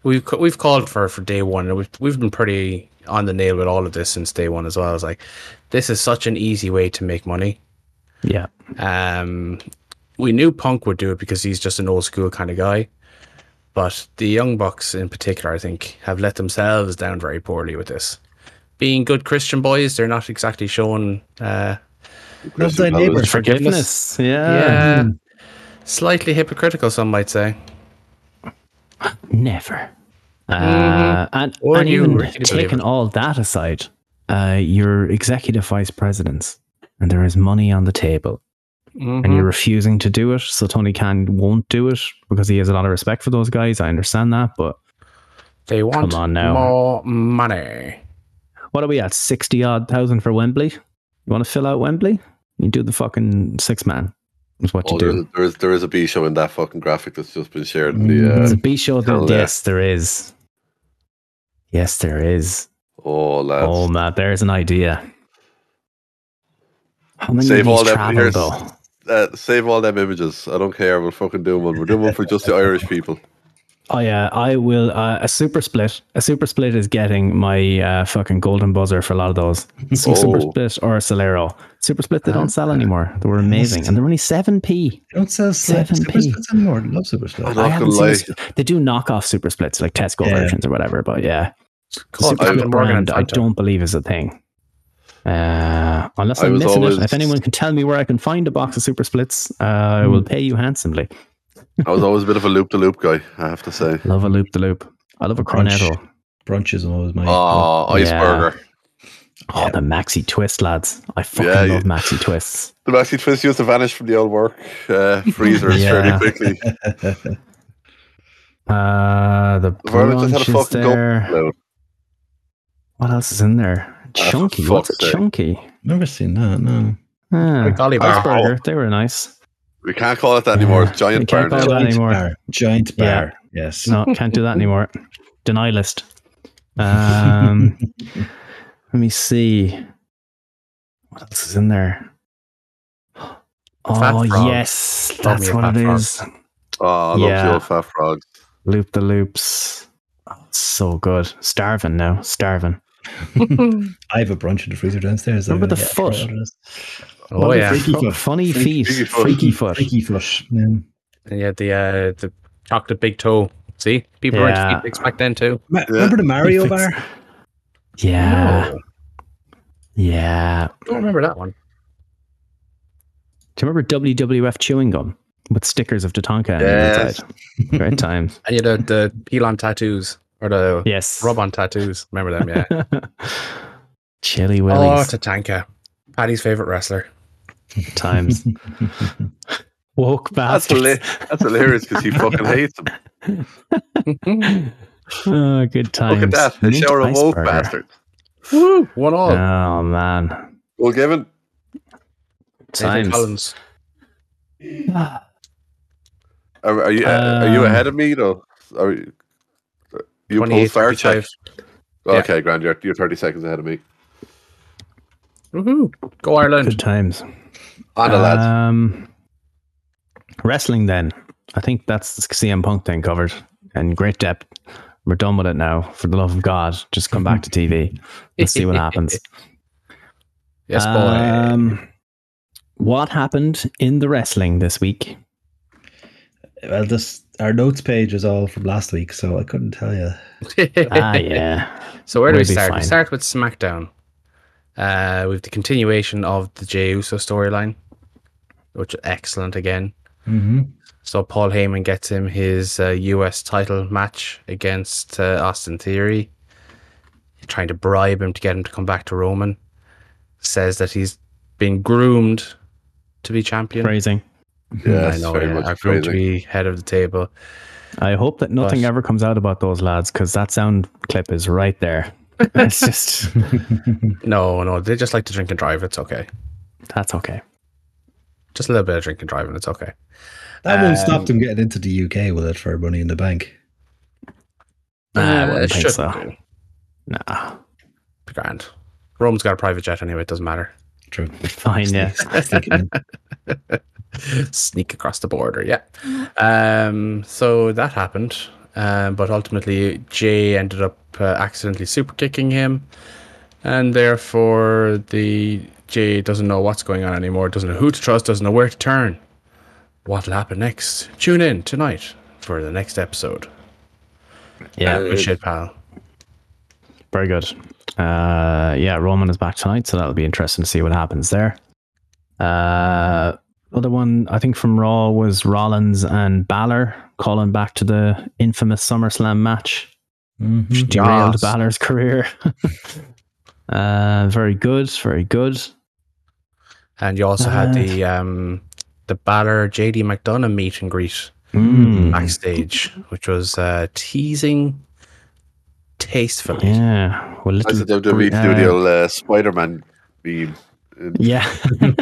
E: we've c- we've called for for day one, and we've we've been pretty on the nail with all of this since day one as well. It's like this is such an easy way to make money.
B: Yeah.
E: Um, we knew Punk would do it because he's just an old school kind of guy. But the Young Bucks in particular, I think, have let themselves down very poorly with this. Being good Christian boys, they're not exactly showing uh,
C: Love thy neighbor.
B: Forgiveness. Yeah.
E: yeah, slightly hypocritical, some might say.
B: Never. Uh, and
E: Mm-hmm. Or
B: and
E: you
B: even
E: really believe
B: taking
E: it.
B: all that aside, uh, you're executive vice presidents and there is money on the table and
E: Mm-hmm.
B: you're refusing to do it. So Tony Khan won't do it because he has a lot of respect for those guys. I understand that. But
E: They want
B: on now.
E: more money.
B: what are we at? 60 odd thousand for Wembley? You want to fill out Wembley? You do the fucking six man Is what
D: Oh,
B: you do.
D: there's, a, there's there is a B show in that fucking graphic that's just been shared in
B: It's
D: the
B: a B show. There,
D: Oh, yeah.
B: yes, there is. Yes, there is.
D: uh, oh lads.
B: oh man, there's an idea. How many
D: Save
B: of these
D: all them
B: travel
D: years.
B: though?
D: Uh, save all them images. I don't care. We'll fucking do one. We're doing one for just the Irish people.
B: I uh, I will uh, a super split. A super split is getting my uh, fucking golden buzzer for a lot of
D: (laughs)
B: those. Some super
D: Oh. Ah.
B: split or a Solero. Super split they don't sell anymore. They were amazing, and they're only seven p.
C: They don't sell slips.
B: 7p.
C: Super splits anymore. I love super splits.
D: I'm not gonna lie.
B: They do knockoff super splits like Tesco
C: Yeah.
B: versions or whatever. But yeah,
E: Call
B: super
D: I-
B: split
E: Captain Morgan and
B: brand I
E: Tonto.
B: don't believe is a thing. Uh, unless
D: I
B: I'm
D: was
B: missing
D: always-
B: it. If anyone can tell me where I can find a box of super splits, uh, I
D: Hmm.
B: will pay you handsomely.
D: I was always a bit of a loop the loop guy. I have to say.
B: Love a loop the loop. I love a
C: Crunch.
B: cornetto.
C: Brunch is always my.
D: Oh, iceberger.
B: Oh, the maxi twist, lads. I fucking
D: Yeah, you-
B: love maxi
D: (sighs)
B: twists.
D: The maxi twist used to vanish from the old work
B: (laughs)
D: uh, freezers
B: Yeah.
D: fairly quickly.
B: Uh, the
D: Vernon just had a
B: brunch is
D: fucking gulp
B: there.
D: No,
B: What else is in there?
D: Ah, for
B: Chunky. What's a
D: fuck's sake.
B: chunky?
C: (laughs) Never seen that. No.
B: Ah,
E: Like Oliver.
B: Iceburger. They were nice.
D: we can't call it that anymore. It's
B: We
D: giant
B: can't
D: barn.
B: call
D: now.
B: it-
C: Giant
B: anymore.
C: bar. Giant
B: Yeah.
C: bar. Yes.
B: No, can't do that anymore. Deny list.
E: (laughs)
B: Um, (laughs) let me see. What else is in there?
E: Fat
B: Oh
E: frog.
B: yes,
E: Love me
B: that's
E: a
B: what
E: fat
B: it
E: frog.
B: is.
D: Oh, I love
B: Yeah.
D: the old fat frogs.
B: Loop the loops. Oh, So good. Starving now. Starving.
C: I have a brunch in the freezer downstairs. that
B: Remember
C: I'm gonna
B: the
C: get
B: foot?
C: out of this.
E: Oh yeah,
C: Freaky
B: Fu-
C: foot.
B: funny feet.
D: freaky foot.
B: Freaky foot.
C: Freaky foot. Um, Yeah.
E: and yeah. The uh, the chocolate big toe. See, people were
B: Yeah.
E: into feet pics back then too.
C: Ma- Remember
B: (laughs)
C: the Mario bar?
B: Yeah. Yeah.
E: Don't remember that one.
B: Do you remember WWF chewing gum with stickers of Tatanka on the
D: Yes.
B: inside? Great
E: (laughs)
B: times.
E: And you know the peel on tattoos or the
B: Yes.
E: rub on tattoos. Remember them? Yeah.
B: (laughs) Chili
E: oh,
B: Willies
E: Tatanka, Paddy's favorite wrestler.
D: (laughs)
B: times. Woke
D: That's,
B: bastards.
D: hila- that's hilarious because he fucking hates them.
B: (laughs) oh, good times.
D: Look at that. They
B: Mint
D: shower a wolf
B: iceberg.
D: bastard.
E: Woo! One all.
B: Oh man.
D: Well, given.
E: Nathan
B: Times.
E: Collins.
B: (sighs)
D: Are, are you uh, are you
B: Um,
D: ahead of me though? Are you, uh, you
E: 28,
D: post our check?
E: 35.
D: Okay, Grand, you're, you're 30 seconds ahead of me.
E: Woohoo! Go Ireland.
B: Good times.
D: On the lads.
B: Um, wrestling then. I think that's the CM Punk thing covered in great depth. We're done with it now. For the love of God, just come
D: (laughs)
B: back to TV. Let's see what happens.
E: Yes, boy.
B: Um, what happened in the wrestling this week?
C: Well, this our notes page is all from last week, so I couldn't tell you.
E: (laughs)
B: Ah,
D: (laughs)
B: yeah.
E: So where do we
B: We'll be
E: start? We
B: fine.
E: start with SmackDown. Uh, with the continuation of the Jey Uso storyline, which is excellent again.
C: Mm-hmm.
E: So Paul Heyman gets him his uh, US title match against uh, Austin Theory, trying to bribe him to get him to come back to Roman. Says that he's been groomed to be champion.
B: Phrasing.
D: Yes,
E: I know,
D: very
E: yeah,
D: much
E: I've groomed to
D: phrasing.
E: be head of the table.
B: I hope that nothing
E: But-
B: ever comes out about those lads because that sound clip is right there. It's just (laughs)
E: No, no, they just like to drink and drive. It's okay.
B: that's okay.
E: Just a little bit of drink and driving. It's okay.
C: That
E: Um,
C: won't stop them getting into the UK with it for money in the bank.
B: Nah, I wouldn't
E: Uh, it
B: think
E: should
B: so.
E: do.
B: Nah,
E: Be grand. Rome's got a private jet anyway. It doesn't matter.
C: True.
B: fine. Yeah,
C: Sneak it
B: (laughs)
C: in.
E: Sneak across the border. Yeah. Um. So that happened. Um. But ultimately, Jay ended up uh, accidentally super kicking him, and therefore the Jay doesn't know what's going on anymore. Doesn't know who to trust. Doesn't know where to turn. What'll happen next? Tune in tonight for the next episode.
B: yeah.
E: Good shit, pal.
B: Very good. Uh, yeah, Roman is back tonight, so that'll be interesting to see what happens there. Uh, other one, I think from Raw was Rollins and Balor calling back to the infamous SummerSlam match, which
C: Mhm.
B: derailed
E: Yes.
B: Balor's career. (laughs) uh, very good, very good.
E: And you also had
B: Uh,
E: the um the Balor JD McDonough meet and greet
B: Mm,
E: backstage, which was uh teasing tastefully.
B: yeah, well,
D: As
B: little
D: the WWE
B: uh,
D: studio uh, Spider Man meme.
E: (laughs)
D: in
B: Yeah.
D: you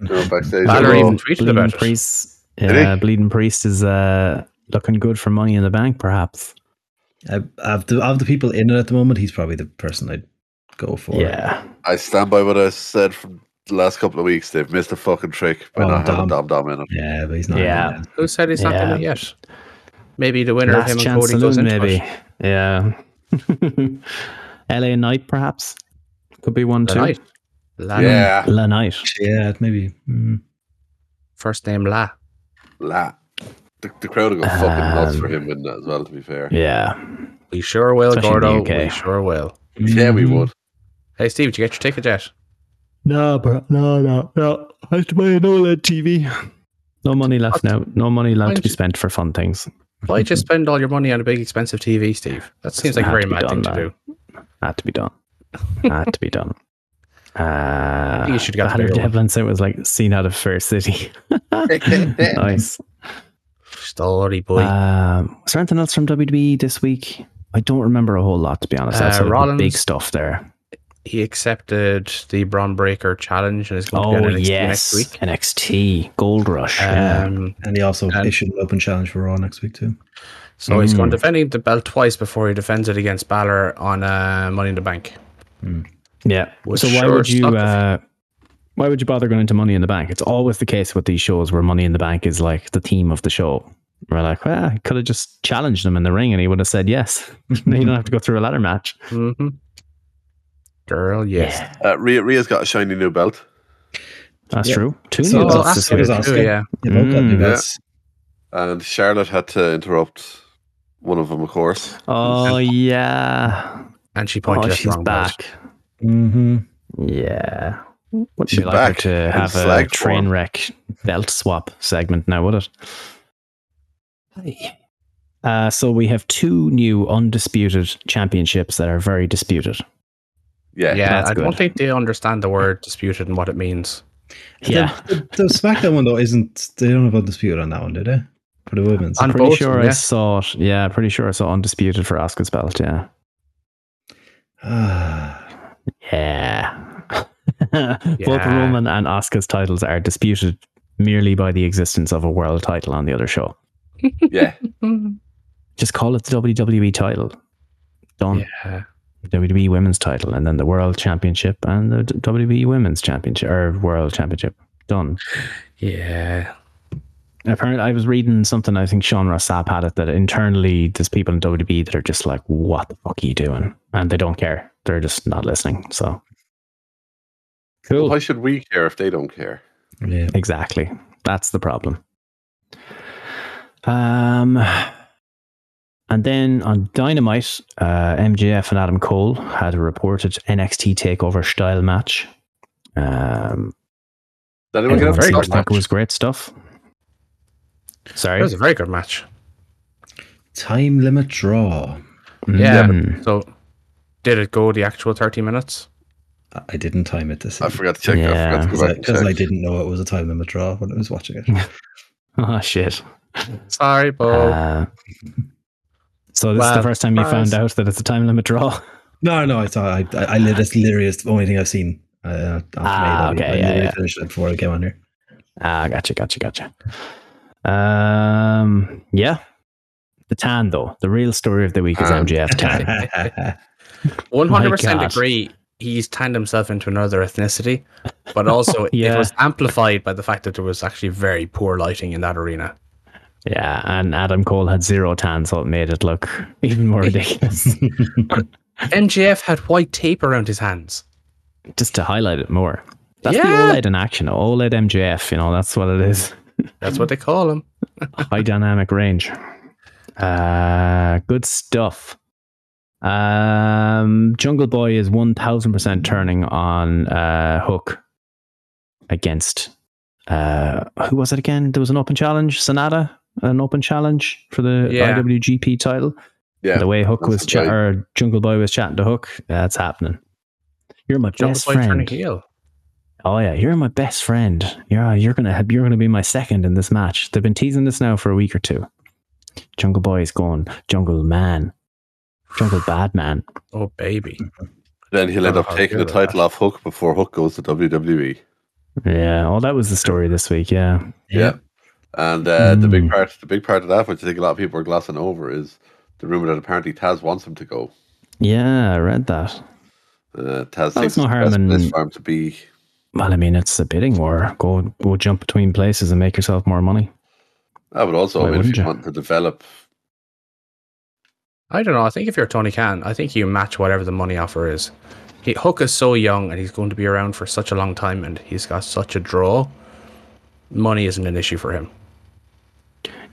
D: know, backstage.
E: Valerie
D: Although,
E: even tweeted
B: Bleeding
E: about it.
B: Priest.
D: Did
B: Yeah,
D: he?
B: Bleeding Priest is uh, looking good for money in the bank, perhaps.
C: I, of the of the people in it at the moment, he's probably the person I'd go for.
B: Yeah.
D: I stand by what I said from the last couple of weeks. They've missed a fucking trick by
C: Oh,
D: not having
C: Dom.
D: Dom Dom in it.
C: yeah, but he's not.
B: Yeah.
C: in it.
E: Who said he's not
B: Yeah.
E: in it yet? Maybe the winner
B: Last
E: of him and
B: chance
E: Cody goes
B: saloon,
E: into
B: maybe.
E: it.
B: Yeah. (laughs) LA Knight, perhaps. Could be one too.
E: Tonight. La,
D: Yeah, Hmm.
B: La Knight.
C: Yeah, maybe. Mm.
E: First name La.
D: la. The, the crowd will go fucking nuts for
B: Um,
D: him in that as well. To be fair,
B: Yeah.
E: We sure will,
B: Especially in the
E: Gordo.
B: UK.
E: We sure will.
D: yeah, we would.
E: Hey, Steve, did you get your
B: (laughs)
E: ticket yet?
B: No, bro. No, no, no. I have to buy an OLED TV. No money left now. No money
E: Why
B: allowed to
E: don't
B: be
E: you-
B: spent for fun things.
E: Why just spend all your money on a big expensive TV, Steve? That seems like a
B: Had
E: very
B: to be
E: mad
B: done,
E: thing to
B: man.
E: do.
B: Had to be done. Had to be
E: (laughs)
B: done. Uh,
E: You should've got the
B: Hunter
E: bigger one.
B: Devlin said it was like seen out of Fair City. (laughs) nice.
E: Story boy.
B: Um, was there anything else from WWE this week? I don't remember a whole lot, to be honest.
E: Uh,
B: outside of the
E: Rollins.
B: big stuff there.
E: he accepted the Braun Breaker challenge and is going
B: Oh
E: to be on NXT
B: yes,
E: next week.
B: NXT Gold Rush. yeah.
E: Um,
C: And he also
E: And-
C: issued an open challenge for Raw next
B: (laughs)
C: week too.
E: so he's
B: Mm.
E: going defending the belt twice before he defends it against Balor on uh, Money in the Bank.
B: Yeah.
E: was
B: so why
E: sure
B: would you
E: stuck with-
B: uh, why would you bother going into Money in the Bank? It's always the case with these shows where Money in the Bank is like the theme of the show. We're like, well, I could have just challenged him in the ring and he would have said yes. you don't
C: Hmm. (laughs)
B: have to go through a ladder match.
E: Mm-hmm. Girl, yes.
D: Uh, Rhea, Rhea's got a shiny new belt.
B: That's
C: Yeah.
B: true. Two
C: So
B: new
C: I'll
B: belts
C: ask
B: this
C: you
B: week.
C: as well.
E: too, yeah.
C: You both got
B: Mm.
C: new
D: Yeah.
C: belts.
D: And Charlotte had to interrupt one of them, of course.
B: Oh yeah.
E: And she
B: Oh,
E: pointed at the
B: she's
E: wrong
B: back.
C: Mm-hmm.
B: Yeah. Wouldn't
D: She's
B: be like her
D: back
B: to
D: in
B: have a
D: slag
B: train
D: form.
B: wreck belt swap segment now, would it? Hey. Uh, so we have two new undisputed championships that are very disputed.
D: Yeah,
E: Yeah,
B: That's
E: I don't
B: good.
E: think they understand the word disputed and what it means.
B: Yeah.
C: The, the, the SmackDown one though isn't. They don't have undisputed on that one, do they? For the women's.
E: On
B: pretty
E: both,
B: sure I
E: yeah.
B: saw it. Yeah, pretty sure I saw undisputed for Oscar's belt. Yeah.
C: Ah,
B: Yeah. (laughs) Both Roman and Oscar's titles are disputed merely by the existence of a world title on the other show.
E: (laughs)
D: yeah.
B: Just call it the WWE title. Done.
E: Yeah.
B: WWE E Women's title, and then the World Championship and the WWE Women's Championship or World Championship. Done.
E: Yeah.
B: Apparently, I was reading something. I think Sean Rossap had it that internally there's people in WWE that are just like, "What the fuck are you doing?" and they don't care. They're just not listening. So cool.
D: Why should we care if they don't care?
C: yeah.
B: Exactly. That's the problem. Um, and then on Dynamite, uh, MJF and Adam Cole had a reported NXT Takeover style match. Um,
D: Did anyone get
B: everyone
E: very
D: a
B: seemed
D: very
B: to
E: good
D: good
B: think it was great stuff.
E: It
B: Sorry.
E: was a very good match.
C: Time limit draw.
E: Yeah,
B: Mm.
E: So, did it go the actual 30 minutes?
C: I- I didn't time it this.
D: I forgot to check. I
B: Yeah.
D: forgot to
C: because
D: go
C: I,
D: back. and
C: 'cause I
D: check.
C: didn't know it was a time limit draw when I was watching
B: (laughs)
C: it.
B: Oh shit.
E: Sorry, Bo.
B: Uh, so this is the
E: Well,
B: first time you found
E: surprise.
B: out that it's a time limit draw. (laughs)
C: No, no, I saw. I, I, I li- that's literally the only thing I've seen. Uh, after
B: Ah,
C: May, but
B: okay,
C: I
B: yeah,
C: literally
B: yeah.
C: finished it before I came
B: (laughs)
C: on here.
B: Ah, gotcha, gotcha, gotcha. Um, yeah. The tan, though. The real story of the week is
D: Um,
B: MJF tan. My
E: 100%
B: God.
E: agree. He's tanned himself into another ethnicity,
B: (laughs)
E: but also
B: Yeah.
E: it was amplified by the fact that there was actually very poor lighting in that arena.
B: yeah, and Adam Cole had zero tan, so it made it look even more ridiculous. (laughs)
E: MJF had white tape around his hands.
B: Just to highlight it more. That's
E: Yeah.
B: the OLED in action. E OLED MJF, you know, that's what it is.
E: That's what they call him.
B: High dynamic range. Uh, good stuff. Um, Jungle Boy is 1000% turning on uh, Hook against. Uh, who was it again? There was an open challenge, Sonata, an open challenge for the
E: Yeah.
B: IWGP title.
D: Yeah,
B: the way Hook
D: that's
B: was
D: the
B: chat
D: guy.
B: or Jungle Boy was chatting to Hook, that's happening. You're my
E: Jungle
B: best
E: Boy turning
B: friend.
E: heel.
B: Oh yeah, you're my best friend. Yeah, you're gonna you're gonna be my second in this match. They've been teasing this now for a week or two. Jungle Boy is going Jungle Man, Jungle Bad Man.
E: Oh, baby.
D: Then he'll end
E: Oh,
D: up taking the
E: good with
D: title off Hook before Hook goes to E. WWE.
B: Yeah. Well, that was the story this week. Yeah.
D: And uh, the big
B: Mm.
D: part, the big part of that, which I think a lot of people are glossing over, is the rumor that apparently Taz wants him to go.
B: Yeah. I read that.
D: Uh, Taz
B: Well,
D: thinks
B: it's no
D: it's
B: harm
D: best
B: in-
D: place for him to be.
B: Well, I mean, it's a bidding war. Go, go jump between places and make yourself more money.
D: I would Ah, also,
B: Why
D: I mean,
B: wouldn't
D: if you
B: you?
D: want to develop,
E: I don't know. I think if you're Tony Khan, I think you match whatever the money offer is. He, Hook is so young and he's going to be around for such a long time and he's got such a draw. Money isn't an issue for him.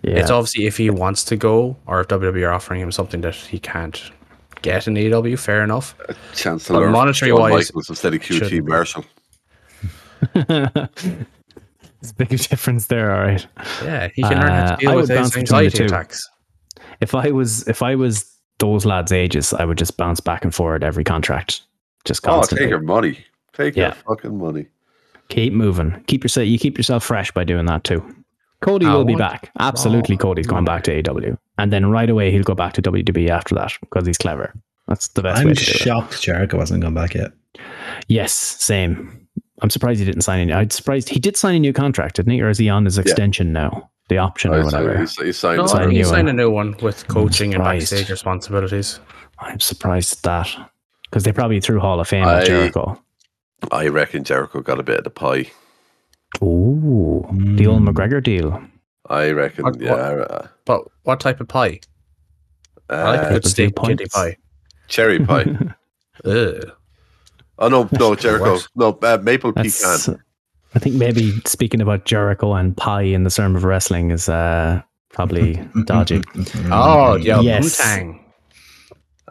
B: Yeah.
E: It's obviously if he wants to go or if WWE are offering him something that he can't get in AEW, fair enough.
D: a chance to
E: But
D: learn from
E: monetary
D: Shawn
E: wise,
D: Michaels instead of QT
E: shouldn't be.
D: Marshall.
B: There's a big (laughs) difference there. All right.
E: Yeah, he can learn how
B: Uh,
E: to deal
B: I
E: with
B: would bounce
E: his
B: between the
E: anxiety
B: two.
E: attacks.
B: If I was, if I was those lads' ages, I would just bounce back and forward every contract, just
D: Oh, take
B: constantly.
D: your money, take
B: Yeah.
D: your fucking money.
B: keep moving. Keep yourself. You keep yourself fresh by doing that too. Cody
E: I
B: will be
E: want-
B: back. Absolutely,
E: Oh,
B: Cody's going back to AEW, and then right away he'll go back to WWE after that because he's clever. That's the best way
C: I'm
B: to do it.
C: shocked Jericho hasn't gone back yet.
B: Yes, same. I'm surprised he didn't sign a I'm surprised he did sign a new contract, didn't he? Or is he on his extension now? The option
D: Oh,
B: or
D: he signed-
B: whatever.
D: he s- he signed
E: No,
D: the
B: Sign a
E: I
D: contract.
E: think he
B: new
E: signed a
B: one.
E: new one with coaching and
B: surprised.
E: backstage responsibilities.
B: I'm surprised at that because they probably threw Hall of Fame at
D: I-
B: Jericho.
D: I reckon Jericho got a bit of the pie.
B: Ooh, the old
C: Mm.
B: McGregor deal.
D: I reckon,
E: What-
D: yeah. uh,
E: But what type of pie? I like a
D: uh,
E: good steak
B: points.
E: kidney pie.
D: cherry
B: (laughs)
D: pie.
E: Ugh.
D: Oh no, no Jericho,
E: What?
D: no uh, maple pecan.
B: That's, I think maybe speaking about Jericho and pie in the term of wrestling is uh, probably
C: Mm-hmm. (laughs)
B: dodgy.
E: Oh,
B: Mm.
E: yeah,
B: Yes.
E: Boomtang.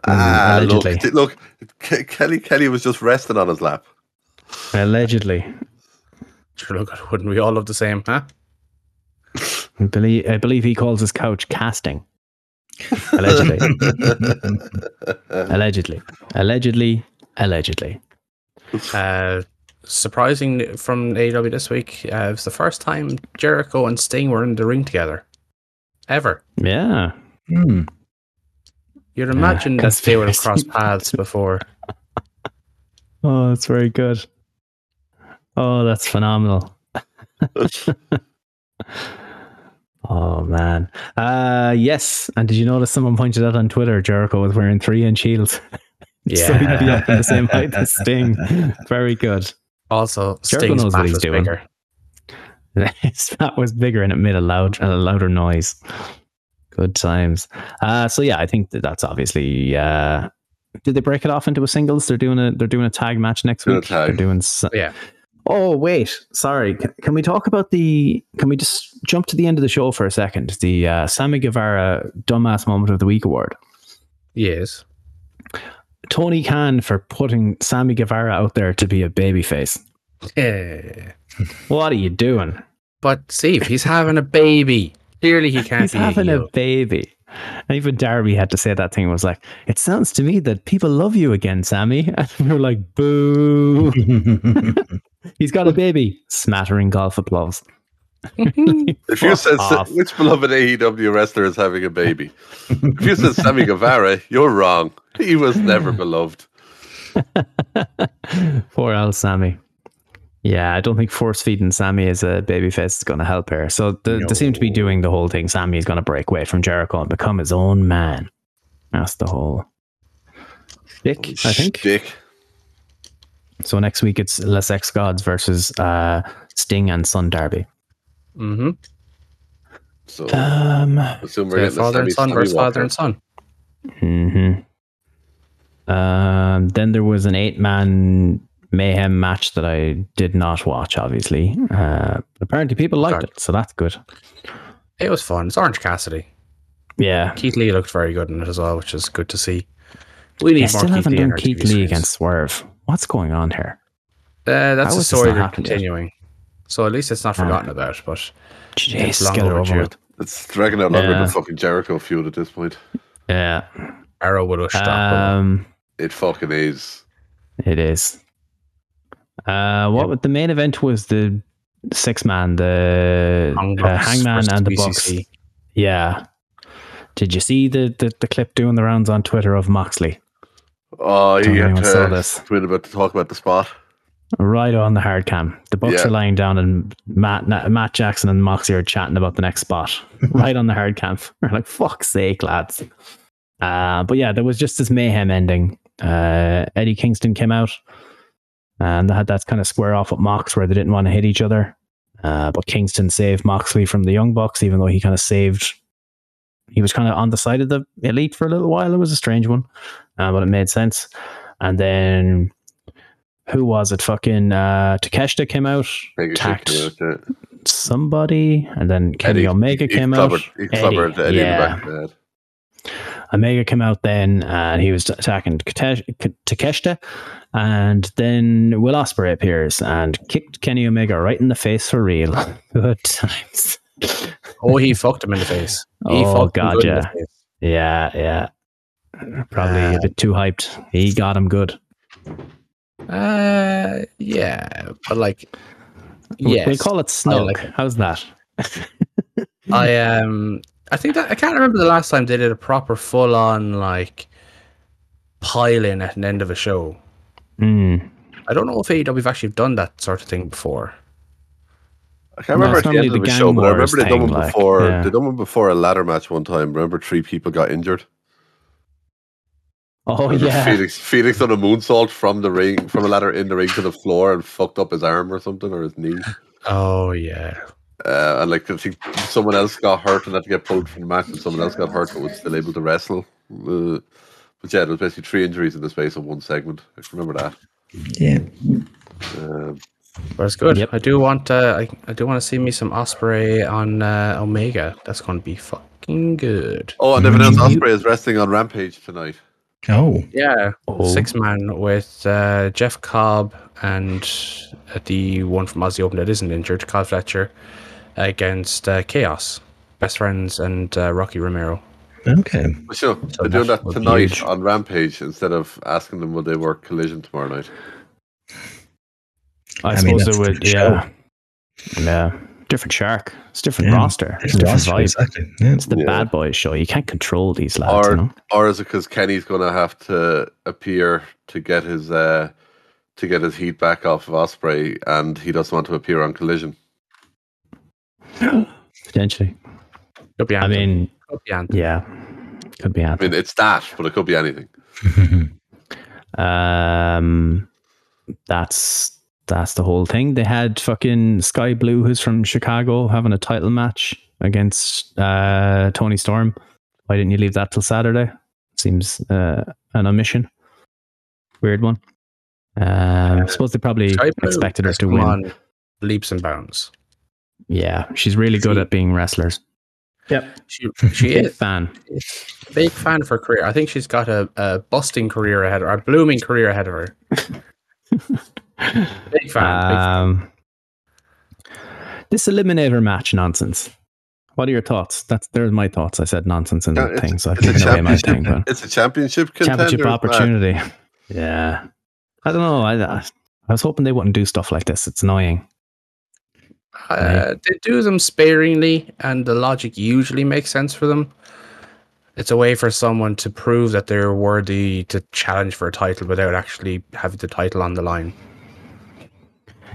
D: Ah,
B: mm,
D: look,
B: allegedly.
D: th- look, Ke- Kelly Kelly was just resting on his lap.
B: Allegedly,
E: Sure, look, wouldn't we all love the same, huh?
B: I believe, I believe he calls his couch casting. Allegedly. allegedly, allegedly, allegedly.
E: Uh, surprising from AEW this week, uh, it was the first time Jericho and Sting were in the ring together. Ever.
B: Yeah,
C: Hmm.
E: You'd
B: Ah,
E: imagine that they would have crossed
B: conspiracy.
E: paths before.
B: Oh, that's very good. Oh, that's phenomenal. (laughs) oh man. Uh yes. And did you notice someone pointed out on Twitter Jericho was wearing three inch heels? (laughs) so he'd be up in the same height as Sting. Very good.
E: Also,
B: Jericho
E: Sting's
B: knows what
E: back
B: he's
E: was
B: doing.
E: bigger.
B: (laughs) His bat was bigger and it made a loud a louder noise. Good times. Uh so yeah, I think that that's obviously uh did they break it off into a singles? They're doing a they're doing a tag match next
D: Doing a
B: week.
D: tag.
B: They're doing s-
E: Yeah.
B: Oh wait, sorry. C- Can we talk about the? Can we just jump to the end of the show for a second? The uh, Sammy Guevara dumbass moment of the week award.
E: Yes.
B: Tony Khan for putting Sammy Guevara out there to be a babyface.
E: Yeah.
B: What are you doing?
E: Eh. But Steve, he's having a baby. Clearly, he can't
B: He's
E: be
B: having
E: a
B: a
E: heel.
B: baby. And even Darby had to say that thing. Was like, it sounds to me that people love you again, Sammy. (laughs) And we were like, boo. (laughs) He's got a baby. Smattering golf applause.
D: If you said
B: off.
D: which beloved AEW wrestler is having a baby, if you
B: (laughs)
D: said Sammy Guevara, you're wrong. He was never beloved.
B: Poor old Sammy. Yeah, I don't think force feeding Sammy as a babyface is going to help her. So th- they seem to be doing the whole thing. Sammy is going to break away from Jericho and become his own man. That's the whole Oh, shtick, I think.
D: Dick.
B: So next week it's Les X Gods versus uh, Sting and Son Derby.
E: Mm-hmm.
D: So
B: Um,
D: assume we're
E: So
D: getting
E: father
D: a Sammy,
E: and son
D: Sammy
E: versus father
D: Walker.
E: and son.
B: mhm. Um, then there was an eight man mayhem match that I did not watch, obviously. Uh, apparently people liked
E: Okay.
B: it, so that's good.
E: It was fun. It's Orange Cassidy.
B: Yeah.
E: Keith Lee looked very good in it as well, which is good to see. We need
B: I
E: more
B: still
E: Keith
B: haven't
E: Lee in
B: done
E: our
B: Keith
E: TV
B: Lee
E: E series.
B: against Swerve. What's going on here?
E: Uh, that's
B: How
E: a
B: is this
E: story
B: not
E: they're
B: happened yet?
E: continuing. So at least it's not
B: Ah.
E: forgotten about. But
B: Jeez,
E: It's long
B: get it over
E: overdue.
B: with.
D: It's dragging out longer
B: Yeah.
D: than fucking Jericho feud at this point.
B: Yeah.
E: Arrow would have stopped.
B: Um,
D: It fucking is.
B: it is. Uh, what was- the main event was the six man, the
E: Young
B: uh,
E: Bucks
B: Hangman
E: versus
B: and the Bucks.
E: BCC.
B: Yeah. Did you see the, the, the clip doing the rounds on Twitter of Moxley?
D: Oh,
B: Don't
D: you had
B: anyone saw
D: to
B: this.
D: tweet about to talk about the spot.
B: Right on the hard cam. The Bucks
D: Yeah.
B: are lying down, and Matt Na- Matt Jackson and Moxie are chatting about the next spot. right on the hard cam. (laughs) We're like, fuck's sake, lads. Uh, but yeah, there was just this mayhem ending. Uh, Eddie Kingston came out, and they had that kind of square off with Mox where they didn't want to hit each other. Uh, but Kingston saved Moxley from the Young Bucks, even though he kind of saved. He was kind of on the side of the elite for a little while. It was a strange one, uh, but it made sense. And then who was it? Fucking uh, Takeshita came out,
D: Take a shit
B: Tact.
D: came out, yeah.
B: somebody, and then Kenny
D: Eddie-
B: Omega
D: he
B: came out.
D: clobbered- He clobbered
B: Eddie,
D: Eddie in the
B: yeah.
D: back of the head.
B: Omega came out then, and he was attacking Kate- K- Takeshita, and then Will Ospreay appears and kicked Kenny Omega right in the face for real. (laughs) Good times.
E: Oh, he fucked him in the face. He
B: Oh,
E: fucked him
B: God,
E: good in the
B: yeah.
E: face.
B: Yeah, yeah. Probably a bit too hyped. He got him good.
E: Uh, yeah, but like,
B: We-
E: yes,
B: We'll call it snug.
E: like
B: How's that?
E: I um, I think that I can't remember the last time they did a proper full on like pile in at an end of a show.
B: Mm.
E: I don't know if AEW have actually done that sort of thing before.
D: I can't
B: No,
D: remember
B: it's
D: at the end
B: normally
D: of
B: the
D: the show,
B: gang
D: but I
B: wars
D: remember they done
B: thing,
D: one
B: like,
D: before.
B: yeah.
D: They done one before a ladder match one time. Remember, three people got injured.
B: Oh
D: Remember
B: yeah.
D: Felix, Felix on a moonsault from the ring, from a ladder in the ring to the floor, and fucked up his arm or something or his knee.
E: Oh yeah,
D: Uh, and like I think someone else got hurt and had to get pulled from the match, and someone else got hurt but was still able to wrestle. Uh, but yeah, there was basically three injuries in the space of one segment. I just remember that.
C: (laughs) Yeah.
D: Um,
E: but it's good.
B: Yep.
E: I do want uh, I, I do want to see me some Osprey on uh, Omega. That's going to be fucking good.
D: oh,
B: Mm,
D: and everyone else,
C: Mhm.
D: Osprey is wrestling on Rampage tonight.
C: Oh,
E: Yeah,
B: Oh.
E: six man with uh, Jeff Cobb and uh, the one from Aussie Open that isn't injured, Kyle Fletcher, against uh, Chaos, best friends, and uh, Rocky Romero.
C: okay.
D: But sure,
E: So
D: they're doing
E: that
D: that
E: would be
D: tonight
E: huge.
D: on Rampage instead of asking them would they work Collision tomorrow night.
B: I,
C: I mean,
B: suppose
C: that's
B: it would.
C: the show.
B: Yeah. Yeah. Different shark. It's different
C: Yeah.
B: roster. It's different
C: Roster,
B: vibe.
C: Exactly. Yeah.
B: It's the
D: Yeah.
B: bad boys show. You can't control these lads.
D: Or-
B: you know?
D: Or is it because Kenny's going to have to appear to get his uh, to get his heat back off of Osprey, and he doesn't want to appear on Collision?
B: Potentially.
E: Could be
B: I
E: Anthem.
B: mean,
E: could be Anthem.
B: yeah, could be
D: I mean,
B: Anthem.
D: it's that, but it could be anything.
B: Um, that's that's the whole thing. They had fucking Sky Blue, who's from Chicago, having a title match against uh, Tony Storm. Why didn't you leave that till Saturday? Seems uh, an omission. Weird one. Um, I suppose they probably
E: Sky Blue
B: expected her
E: has
B: to
E: come
B: win.
E: on leaps and bounds.
B: Yeah, she's really good at being wrestlers.
E: She
B: (laughs)
E: she
B: Big
E: is
B: fan.
E: a big fan of her career. I think she's got a, a busting career ahead of her, a blooming career ahead of her. Big fan. big fan.
B: Um, this eliminator match nonsense. What are your thoughts? That's there's my thoughts. I said nonsense in
D: No,
B: the
D: it's-
B: thing, so I
D: it's a
B: think away my
D: championship
B: thing. But
D: It's a championship contender.
B: championship
D: man.
B: opportunity. (laughs) Yeah, I don't know. I, I I was hoping they wouldn't do stuff like this. It's annoying.
E: Uh, they do them sparingly, and the logic usually makes sense for them. It's a way for someone to prove that they're worthy to challenge for a title without actually having the title on the line.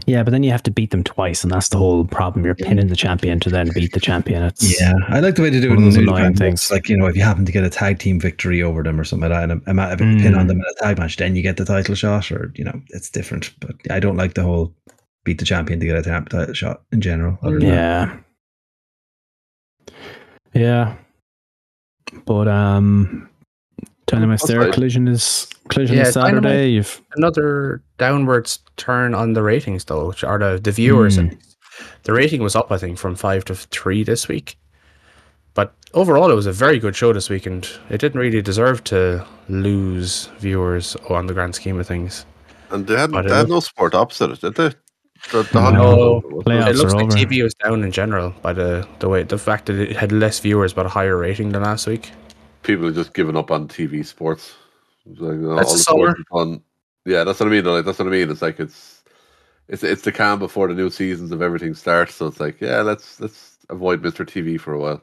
B: Yeah, but then you have to beat them twice, and that's the whole problem. You're pinning the champion to then beat the champion. It's
C: Yeah, I like the way they do it
B: One
C: in
B: of those
C: the new
B: annoying
C: Japan
B: things.
C: books. Like you know, if you happen to get a tag team victory over them or something like that, and a, a, a pin
B: Mm.
C: on them in a tag match, then you get the title shot, or you know, it's different. But I don't like the whole beat the champion to get a ta- title shot in general. Other than that,
B: Yeah. Yeah. But um Dynamite
D: That's
B: Stair
D: right.
B: collision is collision
E: Yeah,
B: is Saturday.
E: Dynamite-
B: You've
E: Another downwards turn on the ratings, though, which are the, the viewers.
B: Hmm.
E: The rating was up, I think, from five to three this week. But overall, it was a very good show this week, and it didn't really deserve to lose viewers on the grand scheme of things.
D: And they had,
E: But it
D: they had
E: was-
D: no sport opposite it, did they? The, the
B: No.
D: hot dog-
B: Playoffs
E: It looks
B: are
E: like
B: over.
E: TV was down in general by the the way the fact that it had less viewers but a higher rating than last week.
D: people are just giving up on TV sports. It's Like, you know,
E: That's
D: all the
E: summer.
D: sports are gone. Yeah, that's what I mean. Like, that's what I mean. It's like it's it's it's the calm before the new seasons of everything starts. So it's like, yeah, let's let's avoid Mr. TV for a while.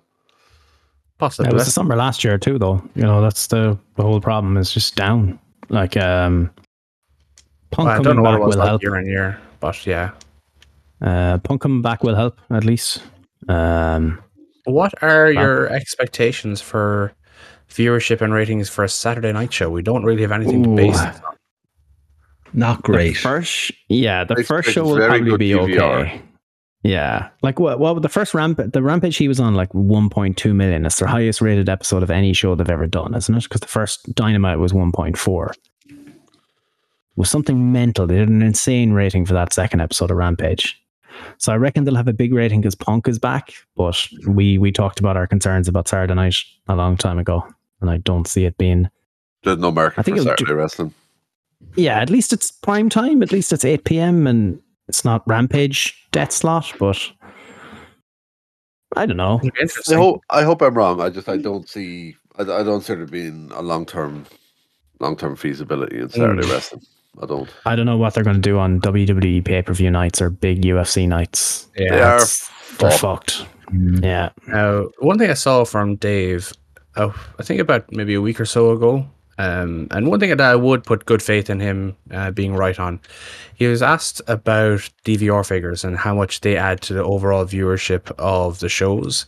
E: Possibly.
B: it was the
E: That's,
B: summer last year too though. You know, that's the, the whole problem is just down. Like um, Punk
E: I don't
B: coming
E: know what
B: back
E: it was
B: will
E: like
B: help.
E: year on year, but yeah.
B: Uh, Punk coming back will help at least. Um,
E: What are your expectations for viewership and ratings for a Saturday night show? We don't really have anything to base
B: Ooh.
E: this on.
C: Not
B: the
C: great.
B: first, sh- yeah, the
D: I
B: first
D: expect
B: show will
D: very
B: probably
D: good
B: be
D: TVR.
B: okay. Yeah, like what? What the first ramp? The rampage he was on like 1.2 million. It's their highest rated episode of any show they've ever done, isn't it? Because the first Dynamite was 1.4. It was something mental. They did an insane rating for that second episode of Rampage. So I reckon they'll have a big rating because Punk is back. But we we talked about our concerns about Saturday Night a long time ago, and I don't see it being
D: There's no market
B: I think
D: for
B: it'll do-
D: Saturday wrestling.
B: yeah, at least it's prime time. At least it's 8 p.m. and it's not Rampage Death Slot, but I don't know.
E: It'd be
D: I
E: Interesting.
D: hope I hope I'm wrong. I just I don't see I, I don't see there being a long term long term feasibility in Saturday wrestling. I don't.
B: I don't know what they're going to do on WWE pay per view nights or big UFC nights.
D: They
E: yeah.
D: are
B: That's- they're fucked.
C: Mm.
B: Yeah.
E: Now, one thing I saw from Dave, oh, I think about maybe a week or so ago, um, and one thing that I would put good faith in him uh, being right on, he was asked about DVR figures and how much they add to the overall viewership of the shows,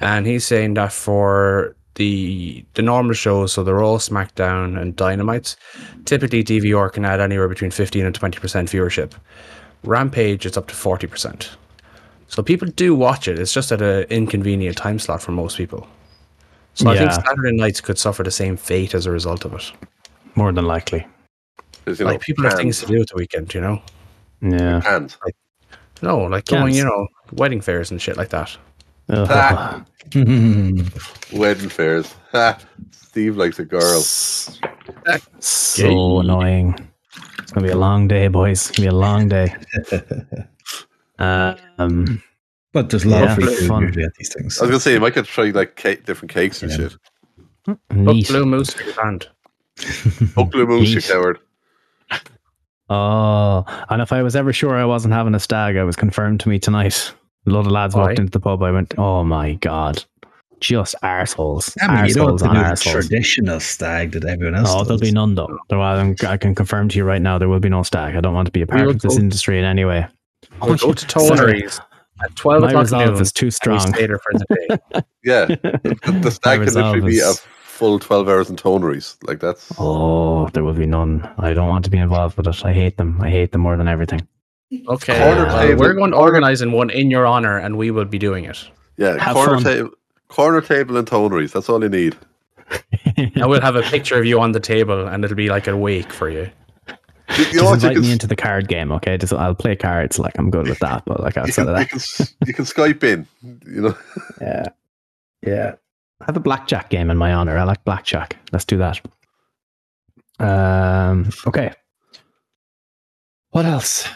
E: and he's saying that for the the normal shows, so they're all SmackDown and Dynamites, typically DVR can add anywhere between fifteen and twenty percent viewership. Rampage, it's up to forty percent. So people do watch it. It's just at an inconvenient time slot for most people. So I think
B: Yeah.
E: Saturday nights could suffer the same fate as a result of it.
B: More than likely.
D: 'Cause, you know,
E: like people have things
D: cans-
E: to do at the weekend, you know?
B: Yeah.
D: cans.
E: No, like going,
B: Cans.
E: you know, wedding fairs and shit like that.
B: Ugh.
D: Ah.
C: Mm.
D: Wedding fairs. (laughs) Ha! Steve likes a girl.
B: So annoying. It's gonna be a long day, boys. It's gonna be a long
D: (laughs)
B: day. um,
C: (laughs) but there's a lot
B: Yeah,
C: of free food
B: fun.
C: usually at these things.
D: I was gonna say you might get to try like cake, different cakes and
C: Yeah.
D: shit.
E: Look,
B: neat.
E: Blue Moose for your hand.
D: Oakley moose, you
B: Yeesh.
D: coward.
B: Oh, and if I was ever sure I wasn't having a stag, I was confirmed to me tonight. A lot of lads walked
E: Aye.
B: into the pub. I went, "Oh my god, just arseholes,
C: I mean, you don't
B: arseholes
C: have
B: on
C: to do the
B: arseholes."
C: traditional stag that everyone else
B: Oh,
C: does.
B: there'll be none though. There I I can confirm to you right now, there will be no stag. I don't want to be a part
E: will
B: of this
E: go-
B: industry in any way.
E: We'll go to
B: Oh, Sorry.
E: Toneries at 12
B: My
E: o'clock noon.
B: resolve is too
E: and we
B: strong. (laughs)
E: stay there for the day.
D: Yeah, the, the stag can literally be a
B: resolve is-
D: full twelve hours in toneries. Like that's
B: Oh, there will be none. I don't want to be involved with it. I hate them. I hate them more than
C: (laughs)
B: everything.
E: Okay.
D: Corner
E: well,
D: table.
E: we're going to organize in one in your honor, and we will be doing it.
D: yeah.
B: Have
D: Corner
B: fun.
D: table, corner table and toneries. That's all you need.
E: And we'll
B: (laughs)
E: have a picture of you on the table, and it'll be like a wake for you.
D: You, you know
B: Just
D: what? You
B: invite
D: can,
B: me into the card game, okay? Just I'll play cards. Like I'm good with that, but like
D: you
B: outside
D: can,
B: of
D: you,
B: that,
D: can, s- you can Skype in. You know,
B: (laughs) Yeah. Yeah. I have a blackjack game in my honor. I like blackjack. Let's do that. Um, okay. What else?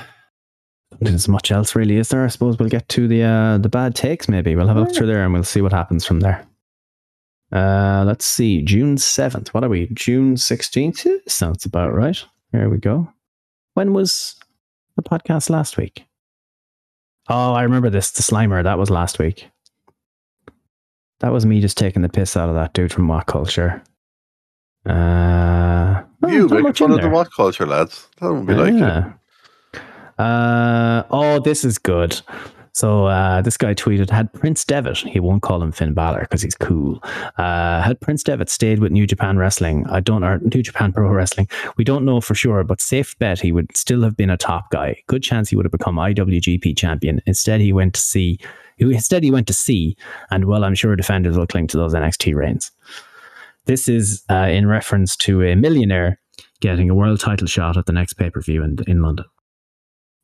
B: There's much else really, is there? I suppose we'll get to the uh, the bad takes maybe. We'll have a look through there and we'll see what happens from there. Uh, let's see. June 7th. What are we? June 16th? Yeah, Sounds about right. Here we go. When was the podcast last week? Oh, I remember this. The Slimer. That was last week. That was me just taking the piss out of that dude from What Culture. Uh, (laughs) oh,
D: you
B: not
D: making
B: much
D: fun
B: in
D: of the
B: there.
D: what culture, lads? That would be like it.
B: Yeah. Uh, oh, this is good. So uh, this guy tweeted, had Prince Devitt, he won't call him Finn Balor because he's cool. Uh, had Prince Devitt stayed with New Japan Wrestling, I don't or New Japan Pro Wrestling, we don't know for sure, but safe bet he would still have been a top guy. Good chance he would have become IWGP champion. Instead, he went to see. Instead, he went to sea, and well, I'm sure defenders will cling to those NXT reigns. This is uh, in reference to a millionaire getting a world title shot at the next pay per view in, in London.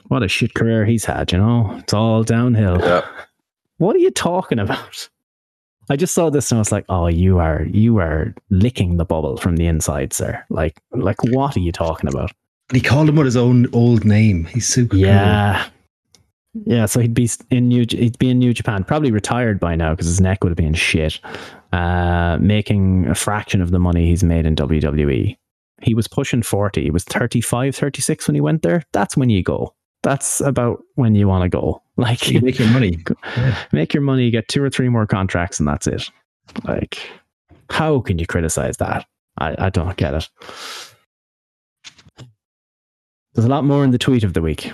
B: What a shit career he's had, you know? It's all downhill.
D: Yeah.
B: What are you talking about? (laughs) I just saw this and I was like, "Oh, you are you are licking the bubble from the inside, sir. Like, like what are you talking about?"
C: And he called him with his own old name. He's super
B: Yeah, yeah. So he'd be in New he'd be in New Japan, probably retired by now because his neck would have been shit. Uh, making a fraction of the money he's made in WWE. He was pushing 40. He was 35, 36 when he went there. That's when you go. That's about when you want to go. Like,
C: cool. You make your
B: (laughs)
C: money.
B: make your money, get two or three more contracts, and that's it. Like, how can you criticize that? I, I don't get it. There's a lot more in the tweet of the week.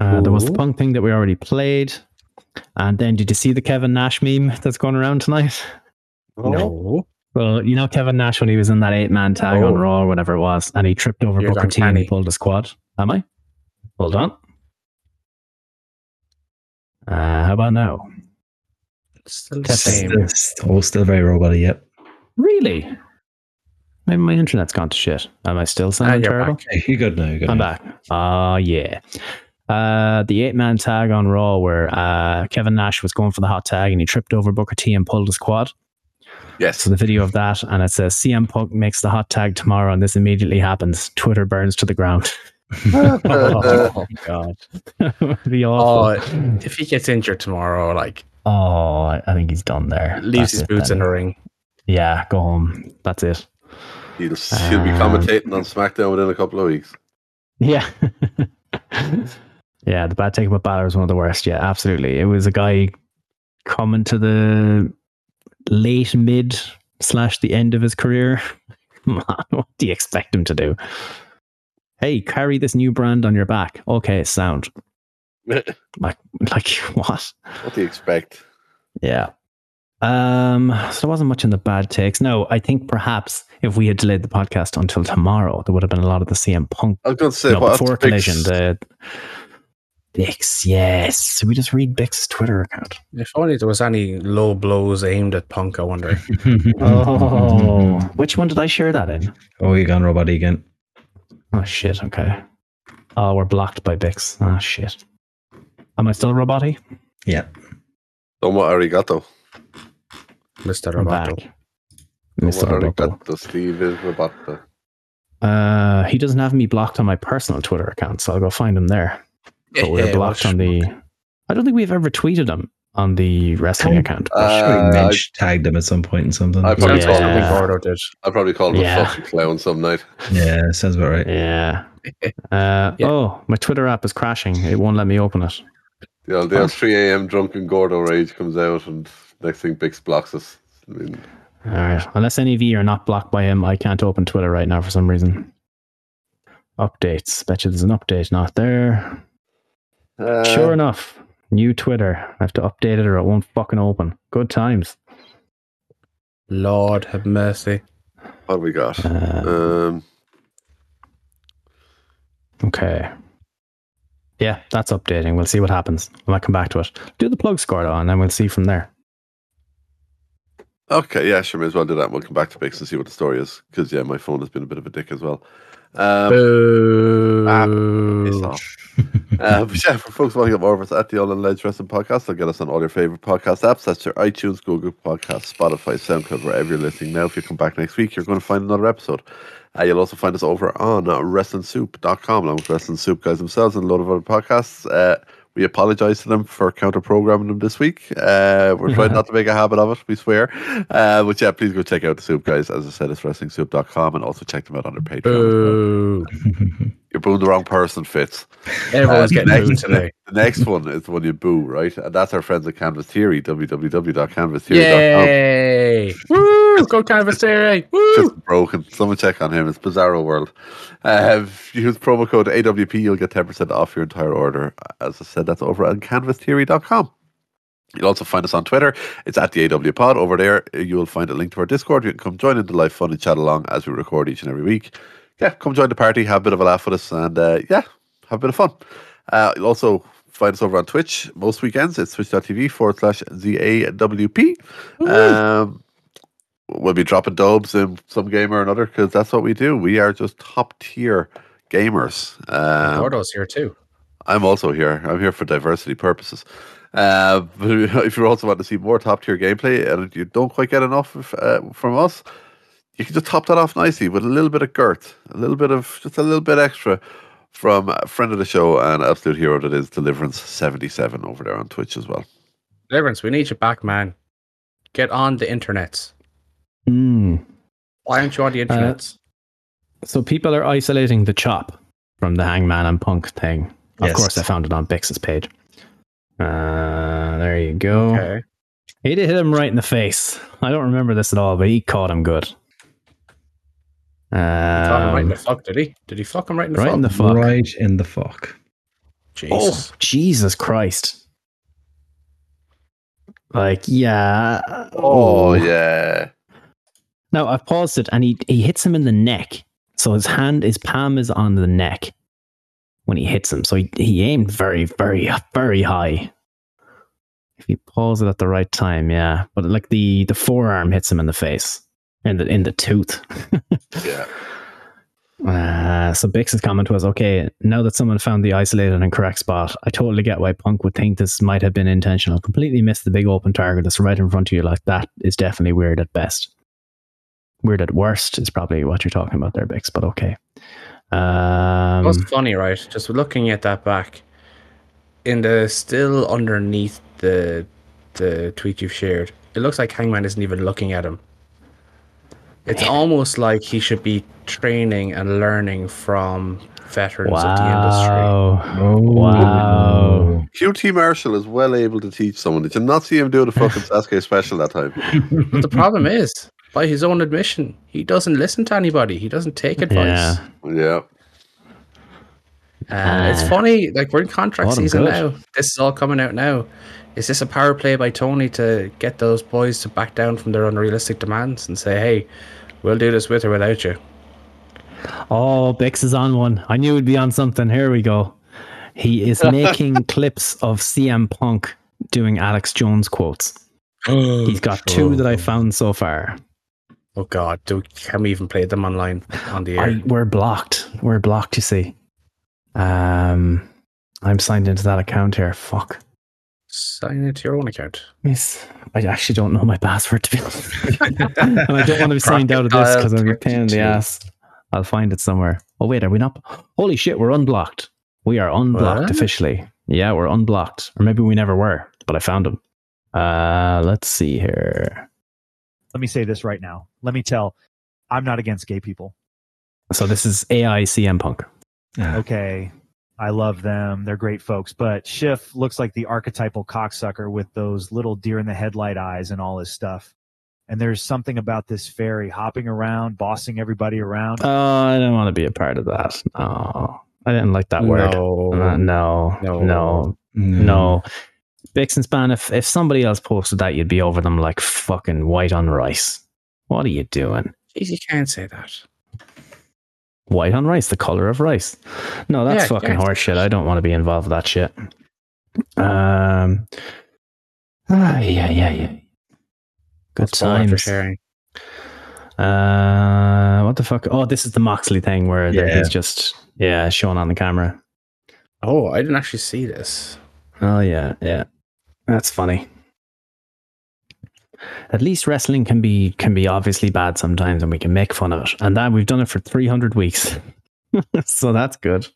B: Uh, there was the
E: Ooh.
B: punk thing that we already played. And then did you see the Kevin Nash meme that's going around tonight?
D: Oh,
E: No.
B: Well, you know Kevin Nash when he was in that eight man tag on
E: Oh.
B: Raw or whatever it was, and he tripped over
E: Here's
B: Booker T and he
E: uncanny.
B: pulled his quad. Am I? Hold on. Uh, how about now?
E: Still the
B: That's-
E: same.
C: Oh, still very robot yep.
B: Really? Maybe my internet's gone to shit. Am I still
E: Ah,
B: sounding
E: you're
B: terrible?
E: back.
C: Hey, you're good now. You're good
B: I'm
C: now.
B: back. Ah, yeah. Uh, the eight man tag on Raw where uh, Kevin Nash was going for the hot tag and he tripped over Booker T and pulled his quad.
D: Yes.
B: So the video of that, and it says CM Punk makes the hot tag tomorrow, and this immediately happens. Twitter burns to the
E: (laughs)
B: ground. (laughs)
D: Uh,
B: oh God, (laughs) It'd be
E: Oh,
B: awful. Oh,
E: if he gets injured tomorrow, like
B: I I think he's done there.
E: leaves
B: That's
E: his
B: it
E: boots in
B: then.
E: the ring.
B: Yeah, go home. That's it.
D: he'll, he'll be
B: Uh,
D: commentating on SmackDown within a couple of weeks.
B: Yeah. (laughs) yeah, the bad take about Balor was one of the worst. Yeah, absolutely. It was a guy coming to the late mid slash the end of his career. (laughs) Come on, what do you expect him to do? Hey, carry this new brand on your back. Okay, sound. (laughs)
D: what
B: Like like what?
D: do you expect?
B: Yeah. Um, so there wasn't much in the bad takes. No, I think perhaps if we had delayed the podcast until tomorrow, there would have been a lot of the CM Punk
D: I was going to say,
B: no,
D: what
B: before
D: a big
B: collision,
D: s-
B: the Bix, yes. Did we just read Bix's Twitter account?
E: If only there was any low blows aimed at Punk,
B: (laughs)
E: I wonder.
C: (laughs)
B: Oh, which one did I share that in?
C: Oh, you're gone robot again.
B: Oh shit. Okay. Oh, we're blocked by Bix. Oh shit. Am I still roboty?
C: Yeah.
D: Don't worry, arigato.
E: Mr.
B: I'm
E: Roboto.
B: back.
D: Don't
B: Mr.
D: worry,
B: Roboto.
D: arigato. Steve is roboto.
B: Uh, he doesn't have me blocked on my personal Twitter account, so I'll go find him there. But
E: Eh,
B: we're
E: eh,
B: blocked
E: what
B: on
E: a
B: the. I don't think we've ever tweeted him on the wrestling
C: Oh.
B: account.
C: I'm sure
D: Uh,
C: he mentioned tagged him at some point in something.
D: I probably
E: Sounds like
B: Yeah.
E: something Gordo did.
D: I probably called him
B: Yeah.
D: a fucking clown some night.
C: yeah, sounds about right.
B: Yeah. Uh,
E: Yeah.
B: Oh, my Twitter app is crashing. It won't let me open it.
D: The old, the old 3 a.m. drunken Gordo rage comes out, and next thing Bix blocks us. I mean,
B: All right. Unless any of you are not blocked by him, I can't open Twitter right now for some reason. Updates. Bet you there's an update not there.
D: uh,
B: sure enough, new Twitter. I have to update it or it won't fucking open. Good times.
E: Lord have mercy.
D: What have we got?
B: Uh,
D: Um,
B: okay. Yeah, that's updating. We'll see what happens. I might come back to it. Do the plug score though, and then we'll see from there.
D: okay, yeah, sure. May as well do that. We'll come back to Bix and see what the story is. Because, yeah, my phone has been a bit of a dick as well. Um, ah,
E: Boo.
D: piss off. uh, but yeah, for folks wanting to get more of us at the All In Ledge Wrestling Podcast, they'll get us on all your favorite podcast apps. That's your iTunes, Google Podcasts, Spotify, SoundCloud, wherever you're listening now. If you come back next week, you're going to find another episode. Uh, you'll also find us over on uh, WrestlingSoup.com, along with Wrestling Soup guys themselves and a load of other podcasts. Uh, we apologize to them for counter programming them this week. Uh, we're trying not to make a habit of it, we swear. Uh, but yeah, please go check out the Soup guys. As I said, it's WrestlingSoup.com and also check them out on their Patreon.
E: Uh.
D: as well.
E: Boo.
D: You're booing the wrong person, Fitz.
E: Everyone's
D: Uh,
E: getting (laughs) booed
D: next-
E: today.
D: The next one is the one you boo, right? And that's our friends at Canvas Theory, www.canvastheory.com.
E: Yay! Woo! Go Canvas Theory! Woo!
D: Just broken. Someone check on him. It's Bizarro World. Uh, if you use promo code AWP, you'll get 10% off your entire order. As I said, that's over on canvastheory.com. You'll also find us on Twitter. It's at the AW Pod. Over there, you'll find a link to our Discord. You can come join in the live fun and chat along as we record each and every week. Yeah, come join the party, have a bit of a laugh with us, and uh, yeah, have a bit of fun. Uh, you'll also find us over on Twitch most weekends. It's twitch.tv forward slash ZAWP. Um, we'll be dropping dobes in some game or another because that's what we do. We are just top tier gamers. Um,
E: Gordo's here too.
D: I'm also here. I'm here for diversity purposes. Uh, but (laughs) if you also want to see more top tier gameplay and you don't quite get enough of, uh, from us, you can just top that off nicely with a little bit of girth, a little bit of just a little bit extra from a friend of the show and absolute hero that is Deliverance seventy seven over there on Twitch as well.
E: Deliverance, we need you back, man. Get on the internets.
B: Hmm.
E: Why aren't you on the internets?
B: So people are isolating the chop from the Hangman and Punk thing. Of
C: Yes.
B: course, I found it on Bix's page. Uh, there you go.
E: okay.
B: He did hit him right in the face. I don't remember this at all, but he caught him good.
E: Fuck him right in
B: Um,
E: the fuck, did he? Did he fuck him right in the
B: right
E: fuck?
B: in the fuck.
C: Right in the fuck.
E: Jesus.
B: Oh, Jesus Christ. Like, yeah.
D: Oh
B: Ooh.
D: yeah.
B: Now I've paused it, and he he hits him in the neck. So his hand, his palm is on the neck when he hits him. So he, he aimed very, very, very high. If he paused it at the right time, yeah. But like the the forearm hits him in the face, in the in the tooth. (laughs)
D: Yeah.
B: Uh, so Bix's comment was, okay, now that someone found the isolated and correct spot, I totally get why Punk would think this might have been intentional. Completely missed the big open target that's right in front of you like that is definitely weird at best. Weird at worst is probably what you're talking about there, Bix, but okay. Um,
E: It was funny, right? Just looking at that back, in the still underneath the the tweet you've shared, it looks like Hangman isn't even looking at him. It's almost like he should be training and learning from veterans of the industry.
B: wow.
C: Oh,
B: Wow.
D: QT Marshall is well able to teach someone. Did you not see him do the fucking Sasuke special that time?
B: (laughs)
E: But the problem is, by his own admission, he doesn't listen to anybody. He doesn't take advice.
B: Yeah.
D: Yeah.
E: Uh, it's
B: Ah.
E: funny, like we're in contract
B: Autumn
E: season
B: good.
E: now. This is all coming out now. Is this a power play by Tony to get those boys to back down from their unrealistic demands and say, "Hey, we'll do this with or
B: (gasps)
E: without you"?
B: Oh, Bix is on one. I knew he'd be on something. Here we go. He
E: (laughs)
B: is making clips of CM Punk doing Alex Jones quotes. He's got two that I found so far.
E: Oh God, do we, can we even play them online on the air?
B: I, we're blocked. We're blocked, you see. Um, I'm signed into that account here. Fuck.
E: Sign into your own account.
B: Yes. I actually don't know my password, to be honest. (laughs) and I don't want to be signed out of this because I'm a pain in the
E: 32.
B: ass. I'll find it somewhere. Oh, wait, are we not? Holy shit, we're unblocked. We are unblocked
E: What?
B: officially. Yeah, we're unblocked. Or maybe we never were, but I found them. Uh, let's see here.
F: Let me say this right now. Let me tell. I'm not against gay people.
B: So this is AI CM Punk.
F: Okay. I love them. They're great folks. But Schiff looks like the archetypal cocksucker with those little deer in the headlight eyes and all his stuff. And there's something about this fairy hopping around, bossing everybody around.
B: Oh, I don't want to be a part of that. No, I didn't like that word.
E: No.
B: Uh, no,
E: No. Mm.
B: no, no, no. Bix and Span, if, if somebody else posted that, you'd be over them like fucking white on rice. What are you doing?
E: Jeez, you can't say that.
B: white on rice, the color of rice. No, that's
E: Yeah,
B: fucking
E: yeah.
B: horseshit. I don't want to be involved with that shit. Um, ah, yeah, yeah, yeah. Good
E: That's all after
B: times.
E: sharing.
B: Uh, what the fuck? Oh, this is the Moxley thing where
C: Yeah.
B: there he's just yeah shown on the camera.
E: Oh, I didn't actually see this.
B: Oh yeah, yeah. That's funny. At least wrestling can be can be obviously bad sometimes, and we can make fun of it. And that we've done it for three hundred weeks, (laughs) so that's good.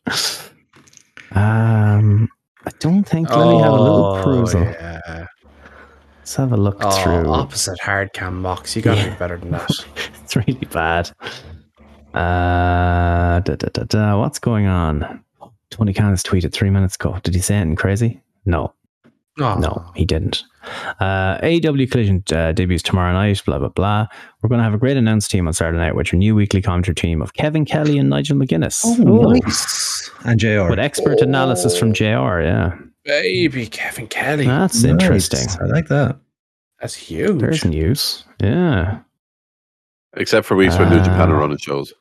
B: Um, I don't think. Let me have a little perusal.
E: Oh, yeah.
B: Let's have a look
E: Oh,
B: through.
E: opposite hard cam mocks. You gotta
B: Yeah.
E: do better than that.
B: (laughs) it's really bad. Uh, da, da, da, da. What's going on? Tony Khan has tweeted three minutes ago. Did he say anything crazy? No.
E: Oh.
B: (laughs) No, he didn't. Uh, AEW Collision uh, debuts tomorrow night, blah, blah, blah. We're going to have a great announced team on Saturday night with your new weekly commentary team of Kevin Kelly and Nigel McGuinness.
C: nice. And JR.
B: With expert analysis from JR, yeah.
E: Baby Kevin Kelly.
B: That's
C: Nice.
B: interesting.
C: I
B: (laughs)
C: like that.
E: That's huge.
B: There's news. Yeah.
D: Except for weeks when New Japan are
B: Ah.
D: running shows.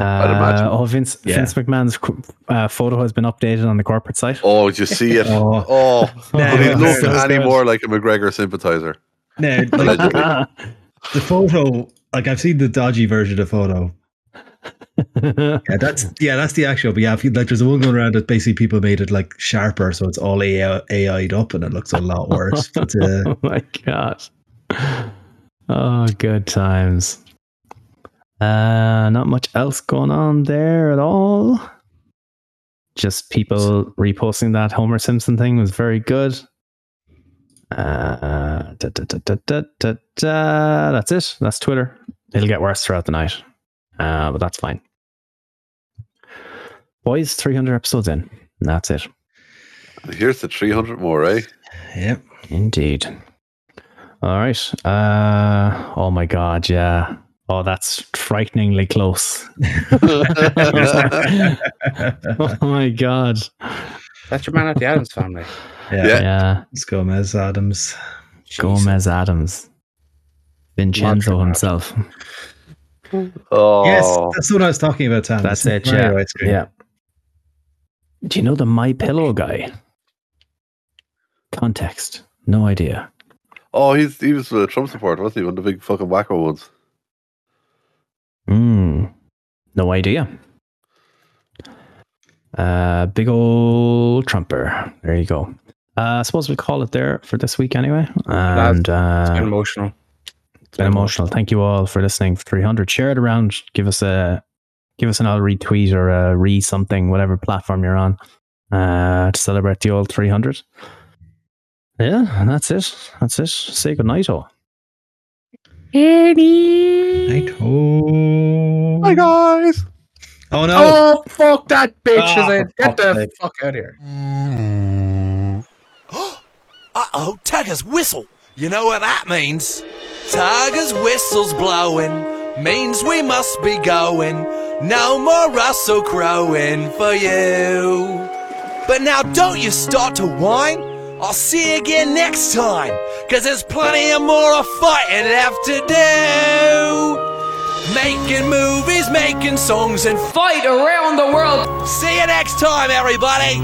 D: I'd imagine.
B: Uh, oh, Vince,
C: Yeah.
B: Vince McMahon's co- uh, photo has been updated on the corporate site.
D: Oh, did you see it?
C: Oh.
D: Oh,
C: Nah,
D: but he
C: it was
D: looked
C: so
D: any
C: good.
D: more like a McGregor sympathizer.
C: No, like,
D: Allegedly.
C: the photo, like I've seen the dodgy version of the photo.
B: (laughs)
C: Yeah, that's yeah, that's the actual. But yeah, if you, like there's a one going around that basically people made it like sharper, so it's all AI, AI'd up, and it looks a lot worse. But uh,
B: (laughs) oh my god. Oh, good times. Uh, not much else going on there at all. Just people reposting that Homer Simpson thing was very good. Uh, da, da, da, da, da, da, da. That's it. That's Twitter. It'll get worse throughout the night, uh, but that's fine. Boys, 300 episodes in. That's it.
D: Here's the 300 more, eh? (laughs)
C: yeah,
B: Indeed. All right. Uh, oh my God. Yeah. Oh, that's frighteningly close. (laughs)
D: yeah.
B: oh my god.
E: That's your man at the Adams
C: (laughs)
E: family.
C: Yeah.
B: Yeah.
C: Let's go, Mez Adams.
B: Gomez Adams. Vincenzo
E: Laundromat.
B: himself.
D: Oh,
C: Yes, that's what I was talking about, Tam.
B: That's it,
C: Mario
B: yeah.
C: ice cream.
B: Do you know the My Pillow guy? Context. No idea.
D: oh, he's he was a Trump supporter, wasn't he? One of the big fucking wacko ones.
B: Mm, no idea. Uh, big old Trumper. There you go. Uh, I suppose we'll call it there for this week anyway. And
E: It's been
B: uh,
E: emotional.
B: it's been emotional. Thank you all for listening. for 300. Share it around. Give us a give us an old retweet or a re something, whatever platform you're on, uh, to celebrate the old 300. Yeah, and that's it. That's it. Say good night, all.
C: Night home.
D: Hi guys.
C: Oh no.
E: Oh, fuck that bitch!
C: Ah,
E: is it?
C: for
E: Get
C: fuck's
E: the
C: sake.
E: fuck out of here.
G: Uh-oh, Tiger's whistle. You know what that means? Tiger's whistle's blowing, means we must be going. No more Russell crowing for you. But now don't you start to whine. I'll see you again next time, cause there's plenty of more of fighting left to do. Making movies, making songs, and
H: fight around the world.
G: see you next time, everybody!